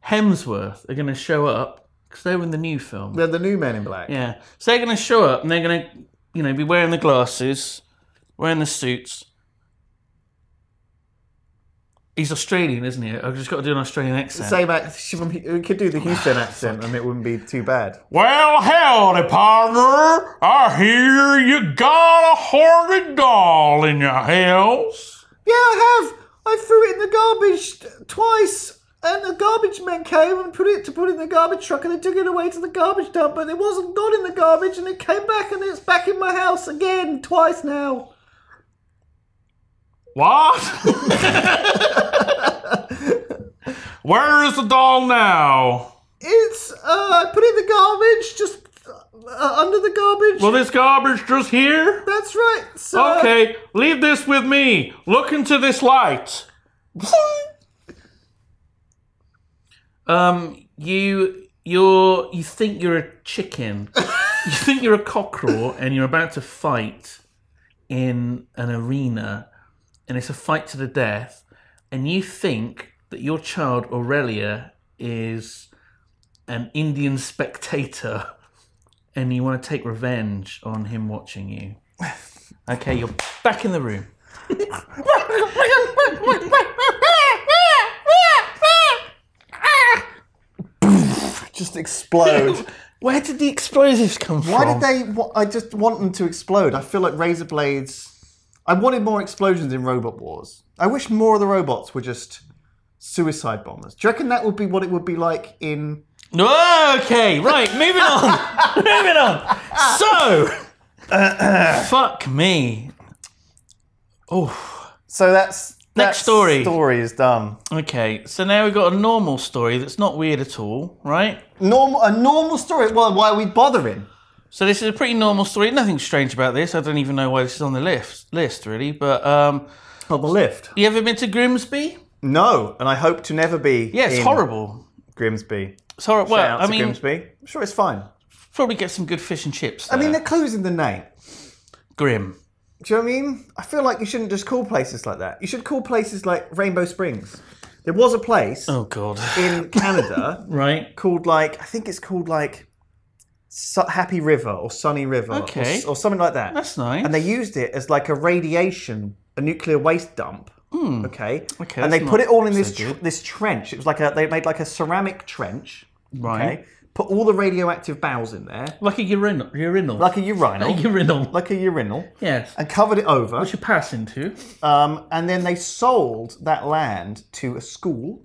Hemsworth are going to show up because they were in the new film.
they're the new men in black.
Yeah. So they're going to show up and they're going to, you know, be wearing the glasses, wearing the suits. He's Australian, isn't he? I've just got to do an Australian accent.
Say back we could do the Houston accent and it wouldn't be too bad.
well, howdy, partner. I hear you got a horny doll in your house.
Yeah, I have. I threw it in the garbage t- twice and the garbage men came and put it to put it in the garbage truck and they took it away to the garbage dump but it wasn't gone in the garbage and it came back and it's back in my house again twice now.
What? Where is the doll now?
It's uh I put it in the garbage just uh, under the garbage.
Well, this garbage just here?
That's right. So
Okay, leave this with me. Look into this light. um, you, you're, you think you're a chicken. you think you're a cockerel, and you're about to fight in an arena, and it's a fight to the death. And you think that your child Aurelia is an Indian spectator, and you want to take revenge on him watching you. Okay, you're back in the room.
Just explode.
Where did the explosives come
Why
from?
did they? What, I just want them to explode. I feel like razor blades. I wanted more explosions in Robot Wars. I wish more of the robots were just suicide bombers. Do you reckon that would be what it would be like in?
Whoa, Okay, right, moving on. moving on. So, fuck me.
So that's
Next
that
story.
Story is done.
Okay, so now we've got a normal story that's not weird at all, right?
Normal. A normal story. Well, why are we bothering?
So this is a pretty normal story. Nothing strange about this. I don't even know why this is on the list, list really. But um,
On the lift.
you ever been to Grimsby?
No, and I hope to never be.
Yeah, it's
in
horrible.
Grimsby.
It's horrible.
Shout
Well,
out
I
to
mean,
Grimsby. I'm sure it's fine.
probably get some good fish and chips.
I mean, the
there.
clues in the name.
grim.
Do you know what I mean? I feel like you shouldn't just call places like that. You should call places like Rainbow Springs. There was a place
Oh God.
in Canada
Right.
called like I think it's called like Su- Happy River or Sunny River or
Okay.
s- or, something like that.
That's nice.
And they used it as like a radiation, a nuclear waste dump. Okay.
Hmm. Okay,
And they
that's
put
not
it all in this
so
tr- this trench. It was like a they made like a ceramic trench.
Right.
Okay. Put all the radioactive bowels in there,
Like a urinal. Urinal.
like a urinal,
a urinal.
like a urinal,
yes.
and covered it over.
What you pass into?
Um, and then they sold that land to a school.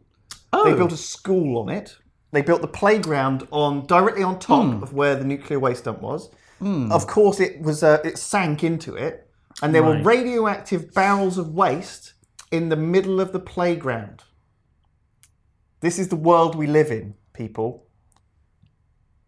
They built a school on it. They built the playground on directly on top of where the nuclear waste dump was. Of course, it was uh, it sank into it, and there were radioactive barrels of waste in the middle of the playground. This is the world we live in, people.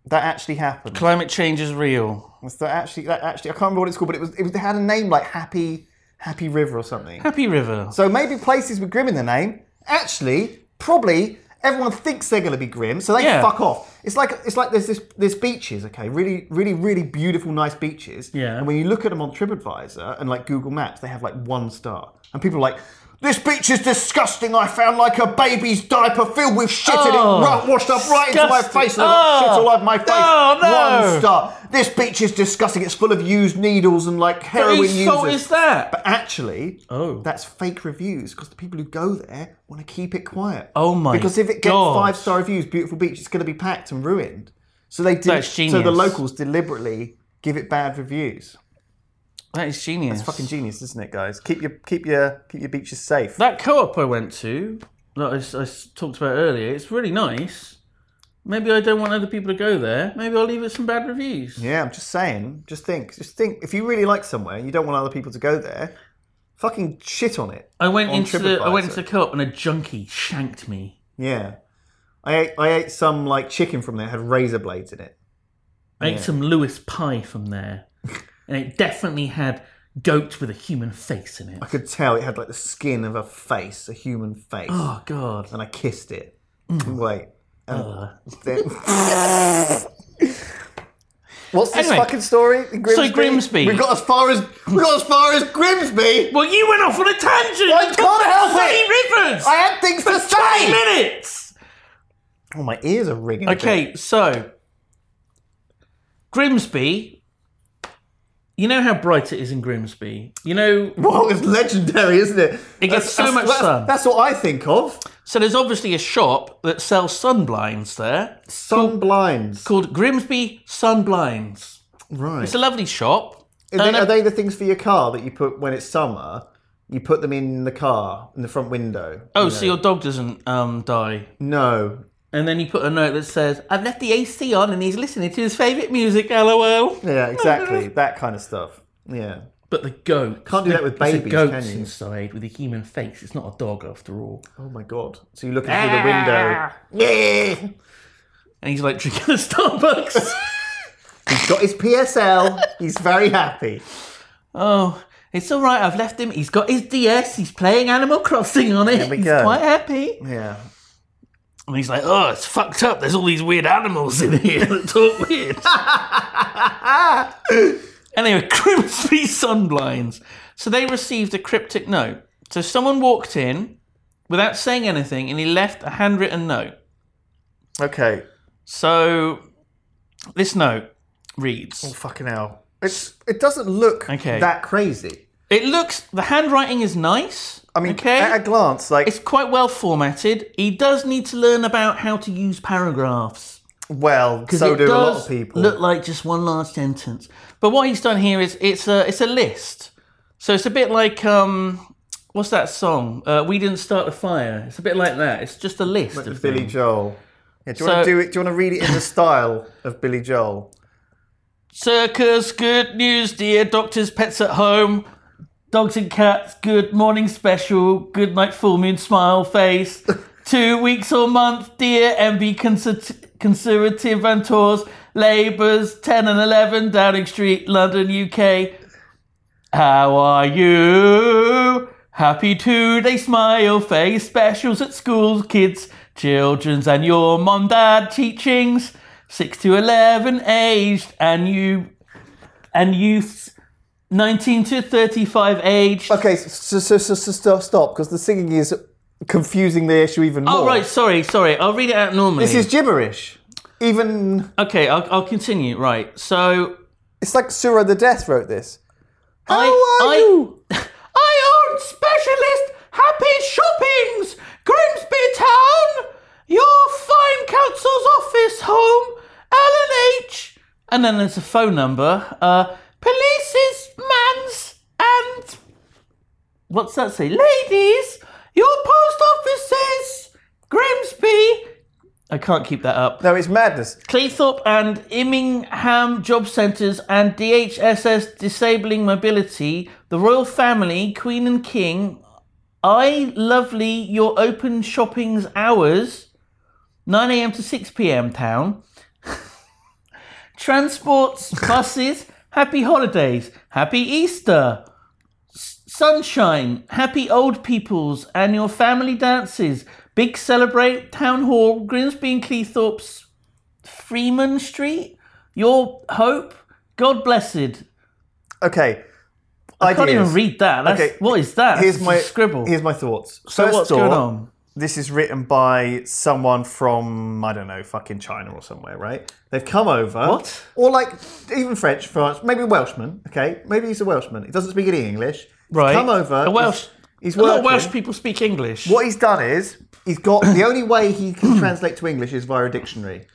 That actually happened.
Climate change is real.
Was that actually that actually I can't remember what it's called, but it was it, was, it had a name like Happy Happy River or something.
Happy River.
So maybe places with Grim in the name, actually, probably everyone thinks they're going to be Grim, so they
Yeah.
fuck off. It's like it's like there's this there's beaches, okay, really really really beautiful nice beaches.
Yeah.
And when you look at them on TripAdvisor and like Google Maps, they have like one star, and people are like. This beach is disgusting. I found like a baby's diaper filled with shit in it,
Oh,
ru- washed up right into my
disgusting.
face, and I've got
Oh.
shit all over my face.
No, no.
One star. This beach is disgusting. It's full of used needles and like heroin
Whose
users.
fault is that?
But actually,
Oh.
that's fake reviews because the people who go there want to keep it quiet.
Oh my
Because if it gets
gosh.
five star reviews, beautiful beach, it's going to be packed and ruined. So they did.
That's
So the
genius.
locals deliberately give it bad reviews.
That is genius.
It's fucking genius, isn't it, guys? Keep your keep your keep your beaches safe.
That co-op I went to, that I s- I, s- talked about earlier, it's really nice. Maybe I don't want other people to go there. Maybe I'll leave it some bad reviews.
yeah, I'm just saying. Just think. Just think. If you really like somewhere and you don't want other people to go there, fucking shit on it.
I went
On
into the I went
TripAdvisor.
into the co-op and a junkie shanked me.
Yeah. I ate, I ate some like chicken from there had razor blades in it.
I ate some Lewis pie from there, and it definitely had goat with a human face in it.
I could tell it had like the skin of a face, a human face.
Oh god.
and I kissed it. Wait. and then- What's this
Anyway,
fucking story? in Grimsby?
Grimsby.
We got as far as we got as far as Grimsby.
Well, you went off on a tangent.
I can't help
Bloody
it.
Rivers.
I had things to
Twenty
say.
minutes.
Oh, my ears are ringing. a bit.
Okay, so Grimsby. You know how bright it is in Grimsby. You know,
Whoa, it's legendary, isn't it?
It gets so much
that's,
sun.
That's what I think of.
so there's obviously a shop that sells sunblinds there
Sun blinds.
called Grimsby Sunblinds.
Right.
It's a lovely shop.
Are they,
and I-
are they the things for your car that you put when it's summer? You put them in the car in the front window.
Oh, so your dog doesn't um, die.
No,
And then you put a note that says, I've left the AC on and he's listening to his favourite music, lol.
yeah, exactly that kind of stuff. Yeah.
But the goat.
Can't do that with
It's a
babies,
goat's
can you?
inside with a human face. It's not a dog after all.
Oh my god! So you're looking through the window. Yeah.
And he's like drinking a Starbucks.
He's got his PSL. He's very happy.
Oh, it's all right. I've left him. He's got his DS. He's playing Animal Crossing on it.
we
he's
go.
quite happy.
Yeah.
And he's like, "Oh, it's fucked up. There's all these weird animals in here that talk weird." anyway, Grimsby Sunblinds. So they received a cryptic note. So someone walked in without saying anything, and he left a handwritten note.
Okay.
So this note reads.
Fucking hell. It's it doesn't look
Okay.
that crazy.
It looks the handwriting is nice.
I mean,
okay?
at a glance, like
it's quite well formatted. He does need to learn about how to use paragraphs.
well,
'cause
so
it
do a lot
does
of people.
Look like just one large sentence. But what he's done here is it's a it's a list. So it's a bit like um what's that song? Uh, we didn't start the fire. It's a bit like that. It's just a list of
Billy
things.
Joel. Yeah, do you want
So-
to do it? Do you want to read it in the style of Billy Joel?
Circus, good news, dear. Doctors, pets at home. Dogs and cats, good morning special. Good night, full moon, smile face. Two weeks or month, dear. MB conser- Conservative and Tours. Labours, 10 and 11, Downing Street, London, UK. How are you? Happy two-day smile face specials at schools, kids, children's, and your mom, dad teachings. Six to eleven aged and you and youths 19 to 35 age.
Okay, so, so, so, so stop, stop, because the singing is confusing the issue even more.
Oh, right, sorry, sorry. I'll read it out normally.
This is gibberish. Even
Okay, I'll, I'll continue. Right, so
it's like Surah the Death wrote this. How
I,
are
I,
you?
I own specialist Happy Shoppings, Grimsby Town, your fine council's office home, Alan H. And then there's a phone number, uh, police's man's and what's that say? Ladies, your post office says Grimsby. I can't keep that up.
No, it's madness.
Cleethorpe and Immingham Job Centres and DHSS Disabling Mobility, the Royal Family, Queen and King, I Lovely Your Open Shopping's Hours, 9am to 6pm Town, Transports, Buses, Happy Holidays, Happy Easter, S- Sunshine, Happy Old People's, Annual Family Dances, Big Celebrate, Town Hall, Grimsby and Cleethorpe's Freeman Street, Your Hope, God Blessed.
Okay.
I can't even read that. That's,
Okay,
What is that?
Here's
It's
my
a scribble.
Here's my thoughts.
so
First
what's
thought,
going on?
This is written by someone from I don't know, fucking China or somewhere, right? They've come over.
What?
Or like even French, France, maybe Welshman. Okay, maybe he's a Welshman. He doesn't speak any English. He's
Right.
Come over.
A Welsh.
He's, he's
A lot of
working.
Welsh people speak English.
What he's done is he's got the only way he can translate to English is via a dictionary.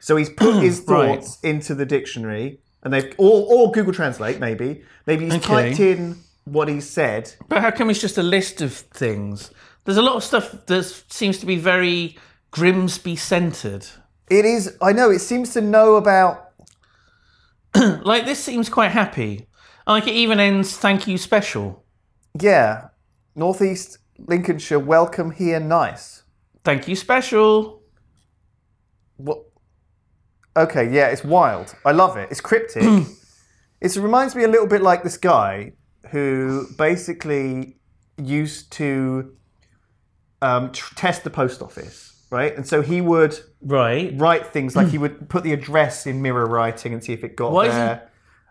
So he's put his
Right.
thoughts into the dictionary, and they've or, or Google Translate maybe. Maybe he's
Okay.
typed in what he said.
But how come it's just a list of things? There's a lot of stuff that seems to be very Grimsby centered.
It is. I know. It seems to know about.
Like this seems quite happy. Like it even ends thank you special.
Yeah, northeast Lincolnshire. Welcome here. Nice.
Thank you special.
What? Okay. Yeah, it's wild. I love it. It's cryptic. it reminds me a little bit like this guy who basically used to um, tr- test the post office, right? And so he would
Right.
write things like he would put the address in mirror writing and see if it got
Why is he-
there.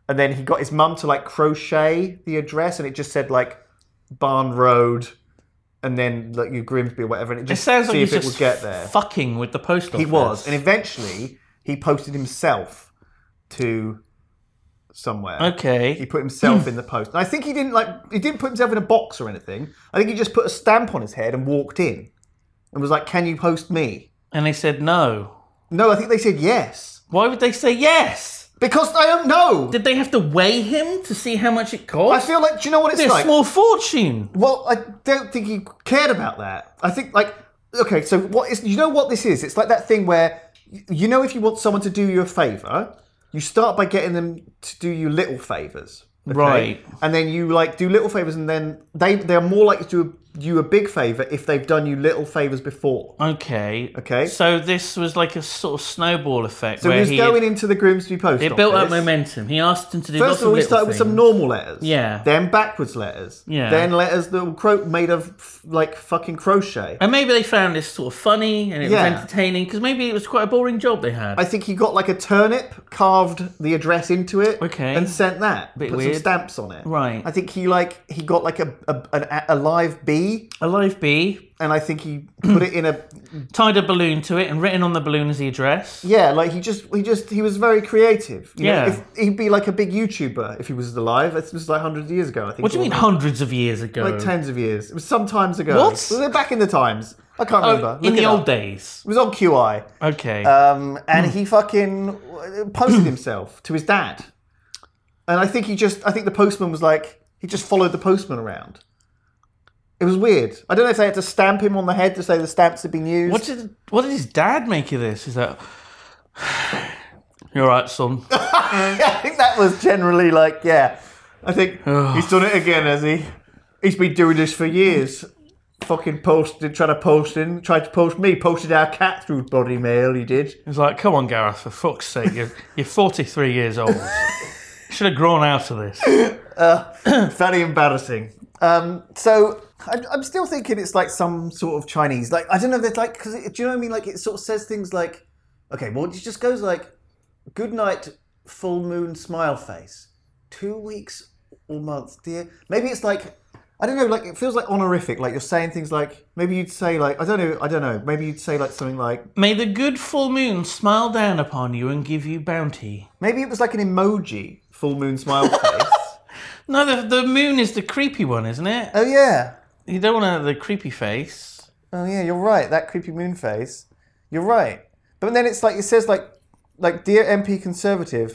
And then he got his mum to like crochet the address, and it just said like Barn Road, and then like you Grimsby or whatever, and it
It
just
sounds like
see
he's
if it
just
would get there.
fucking with the post office.
he was, and eventually he posted himself to somewhere. He
okay. Hmm.
put himself in the post, and I think he didn't like he didn't put himself in a box or anything. I think he just put a stamp on his head and walked in, and was like, "Can you post me?"
And they said no.
No, I think they said yes.
Why would they say yes?
Because I don't know.
Did they have to weigh him to see how much it
I
cost?
feel like, do you know what it's
It'd be a
like?
small fortune.
well, I don't think he cared about that. I think, like, okay, so what is, you know what this is? It's like that thing where, y- you know, if you want someone to do you a favor, you start by getting them to do you little favors. okay?
Right.
And then you, like, do little favors, and then they, they're more likely to do you a big favor if they've done you little favors before.
Okay.
Okay.
So this was like a sort of snowball effect
So
where
he was
he
going into the Grimsby post.
it built up
office.
momentum. He asked him to do lots
First of
of
all, we
little
started with some
things.
normal letters.
Yeah.
Then backwards letters.
Yeah.
Then letters that were cro- made of f- like fucking crochet.
And maybe they found this sort of funny and it
Yeah.
was entertaining because maybe it was quite a boring job they had.
I think he got like a turnip, carved the address into it,
Okay.
and sent that.
Bit
put
weird.
some stamps on it.
Right.
I think he like he got like a a, an, a- a live bee,
a live bee
and I think he put it in a
tied a balloon to it and written on the balloon is the address.
yeah. Like he just he just he was very creative. You know,
Yeah.
if, he'd be like a big YouTuber if he was alive. This was like hundreds of years ago. I think.
What do you mean
Or-
hundreds of years ago?
Like tens of years. It was some times ago.
What?
Was it back in the times? I can't
Oh,
remember.
in
Look
the
it
old
up.
days.
It was on QI.
Okay.
Um, and
Hmm.
he fucking uh, posted himself to his dad. And I think he just, I think the postman was like, he just followed the postman around. It was weird. I don't know if they had to stamp him on the head to say the stamps had been used.
what did what did his dad make of this? Is that you're right, son?
I think that was generally like, yeah. I think he's done it again, has he? He's been doing this for years. Fucking posted, trying to post in, tried to post me, posted our cat through body mail, he did.
He's like, come on, Gareth, for fuck's sake, you're, you're 43 years old. Should have grown out of this.
Very embarrassing. Um, so I, I'm still thinking it's like some sort of Chinese. Like I don't know. There's like because do you know what I mean? Like it sort of says things like, okay, well it just goes like, good night, full moon smile face, two weeks all month, dear. Maybe it's like I don't know. Like it feels like honorific. Like you're saying things like maybe you'd say like I don't know. I don't know. Maybe you'd say like something like
May the good full moon smile down upon you and give you bounty.
maybe it was like an emoji full moon smile face.
No, the, the moon is the creepy one, isn't it?
oh yeah.
You don't want the creepy face.
Oh yeah, you're right. That creepy moon face. You're right. But then it's like it says like like dear MP Conservative,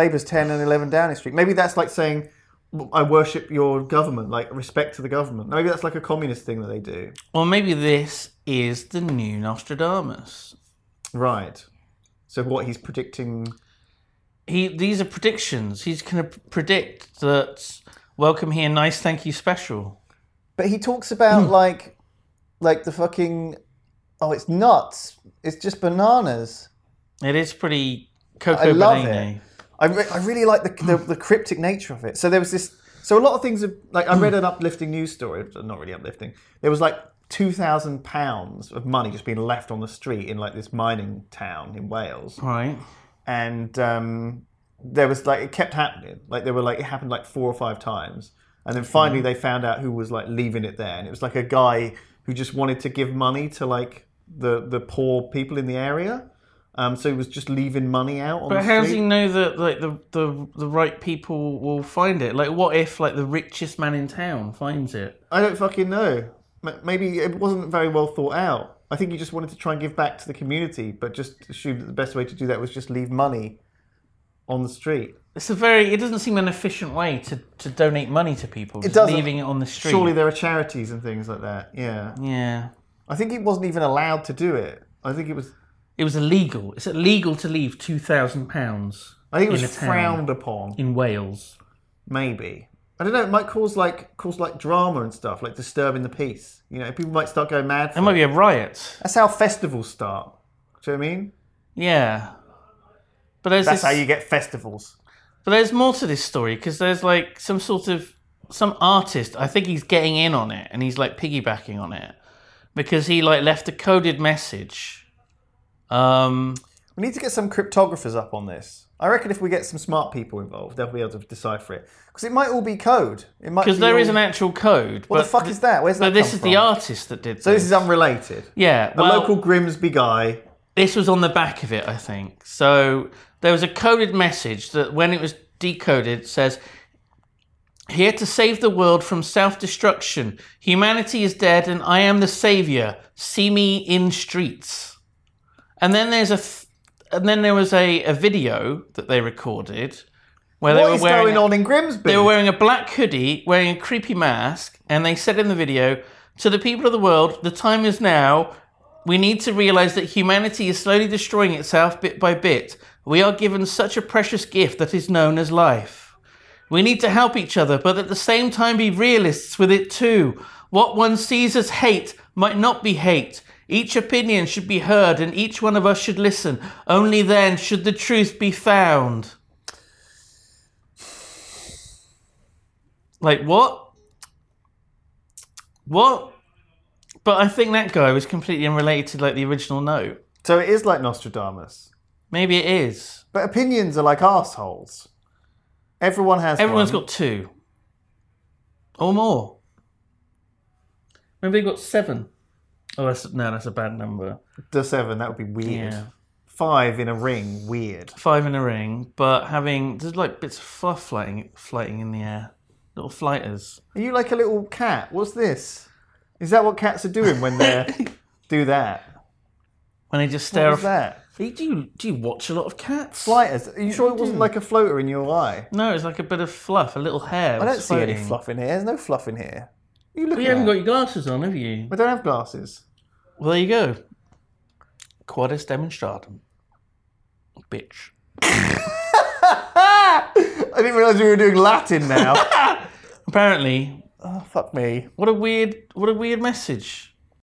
Labour's ten and eleven Downing Street. Maybe that's like saying I worship your government, like respect to the government. Maybe that's like a communist thing that they do.
Or maybe this is the new Nostradamus.
Right. So what he's predicting?
He these are predictions. He's going to predict that welcome here, nice, thank you, special.
But he talks about like like the fucking oh, it's nuts. It's just bananas.
It is pretty cocoa
I love
banana.
it. I, re- I really like the, the the cryptic nature of it. So there was this. So a lot of things. Have, like I read an uplifting news story. Not really uplifting. There was like two thousand pounds of money just being left on the street in like this mining town in Wales,
Right.
and um, there was like it kept happening. Like there were like it happened like four or five times, and then
Mm-hmm.
finally they found out who was like leaving it there, and it was like a guy who just wanted to give money to like the the poor people in the area. Um, so he was just leaving money out on the
But
street.
how does he know that like the, the the right people will find it? Like what if like the richest man in town finds it?
I don't fucking know. M- Maybe it wasn't very well thought out. I think he just wanted to try and give back to the community, but just assumed that the best way to do that was just leave money on the street.
It's a very it doesn't seem an efficient way to, to donate money to people. Just
doesn't.
leaving it on the street.
Surely there are charities and things like that. Yeah.
Yeah.
I think he wasn't even allowed to do it. I think it was.
It was illegal. It's illegal to leave two thousand pounds
I think it
In
was
a town.
frowned upon.
in Wales.
Maybe. I don't know. It might cause like cause like drama and stuff, like disturbing the peace. You know, people might start going mad. For
It might
it.
be a riot.
That's how festivals start. Do you know what I mean?
Yeah. But there's
That's
this,
how you get festivals.
but there's more to this story because there's like some sort of some artist. I think he's getting in on it and he's like piggybacking on it because he like left a coded message. Um,
We need to get some cryptographers up on this. I reckon if we get some smart people involved, they'll be able to decipher it because it might all be code. It might
because
be
there
all-
is an actual code.
What Uh, the
but
fuck
th-
is that? Where's that?
But this
come
is
from?
the artist that did.
So this is unrelated.
yeah.
The
well,
local Grimsby guy.
this was on the back of it, I think. So there was a coded message that, when it was decoded, says, "Here to save the world from self-destruction. Humanity is dead, and I am the savior. See me in streets." And then there's a, th- and then there was a, a video that they recorded where they
What
were
is
wearing
going on in Grimsby?
they were wearing a black hoodie, wearing a creepy mask, and they said in the video, To the people of the world, the time is now. We need to realize that humanity is slowly destroying itself bit by bit. We are given such a precious gift that is known as life. We need to help each other, but at the same time be realists with it too. What one sees as hate might not be hate. Each opinion should be heard and each one of us should listen. Only then should the truth be found. Like what? What? But I think that guy was completely unrelated to like the original note.
so it is like Nostradamus.
Maybe it is.
But opinions are like assholes. Everyone has.
Everyone's
one.
got two. Or more. Maybe they've got seven. Oh that's no, that's a bad number.
the seven. That would be weird.
Yeah.
Five in a ring. Weird.
Five in a ring, but having there's like bits of fluff flying flying in the air. Little flighters.
Are you like a little cat? What's this? Is that what cats are doing when they do that?
When they just stare
What
off.
was that?
Do you do you watch a lot of cats?
Lighters. Are you sure it wasn't like a floater in your eye?
No, it's like a bit of fluff, a little hair.
I don't see any
floating.
fluff in here. There's no fluff in here. What are you looking
You haven't
at?
got your glasses on, have you?
I don't have glasses.
Well, there you go. Quadus demonstratum. Bitch.
I didn't realise we were doing Latin now.
Apparently,
oh, fuck me.
what a weird, what a weird message.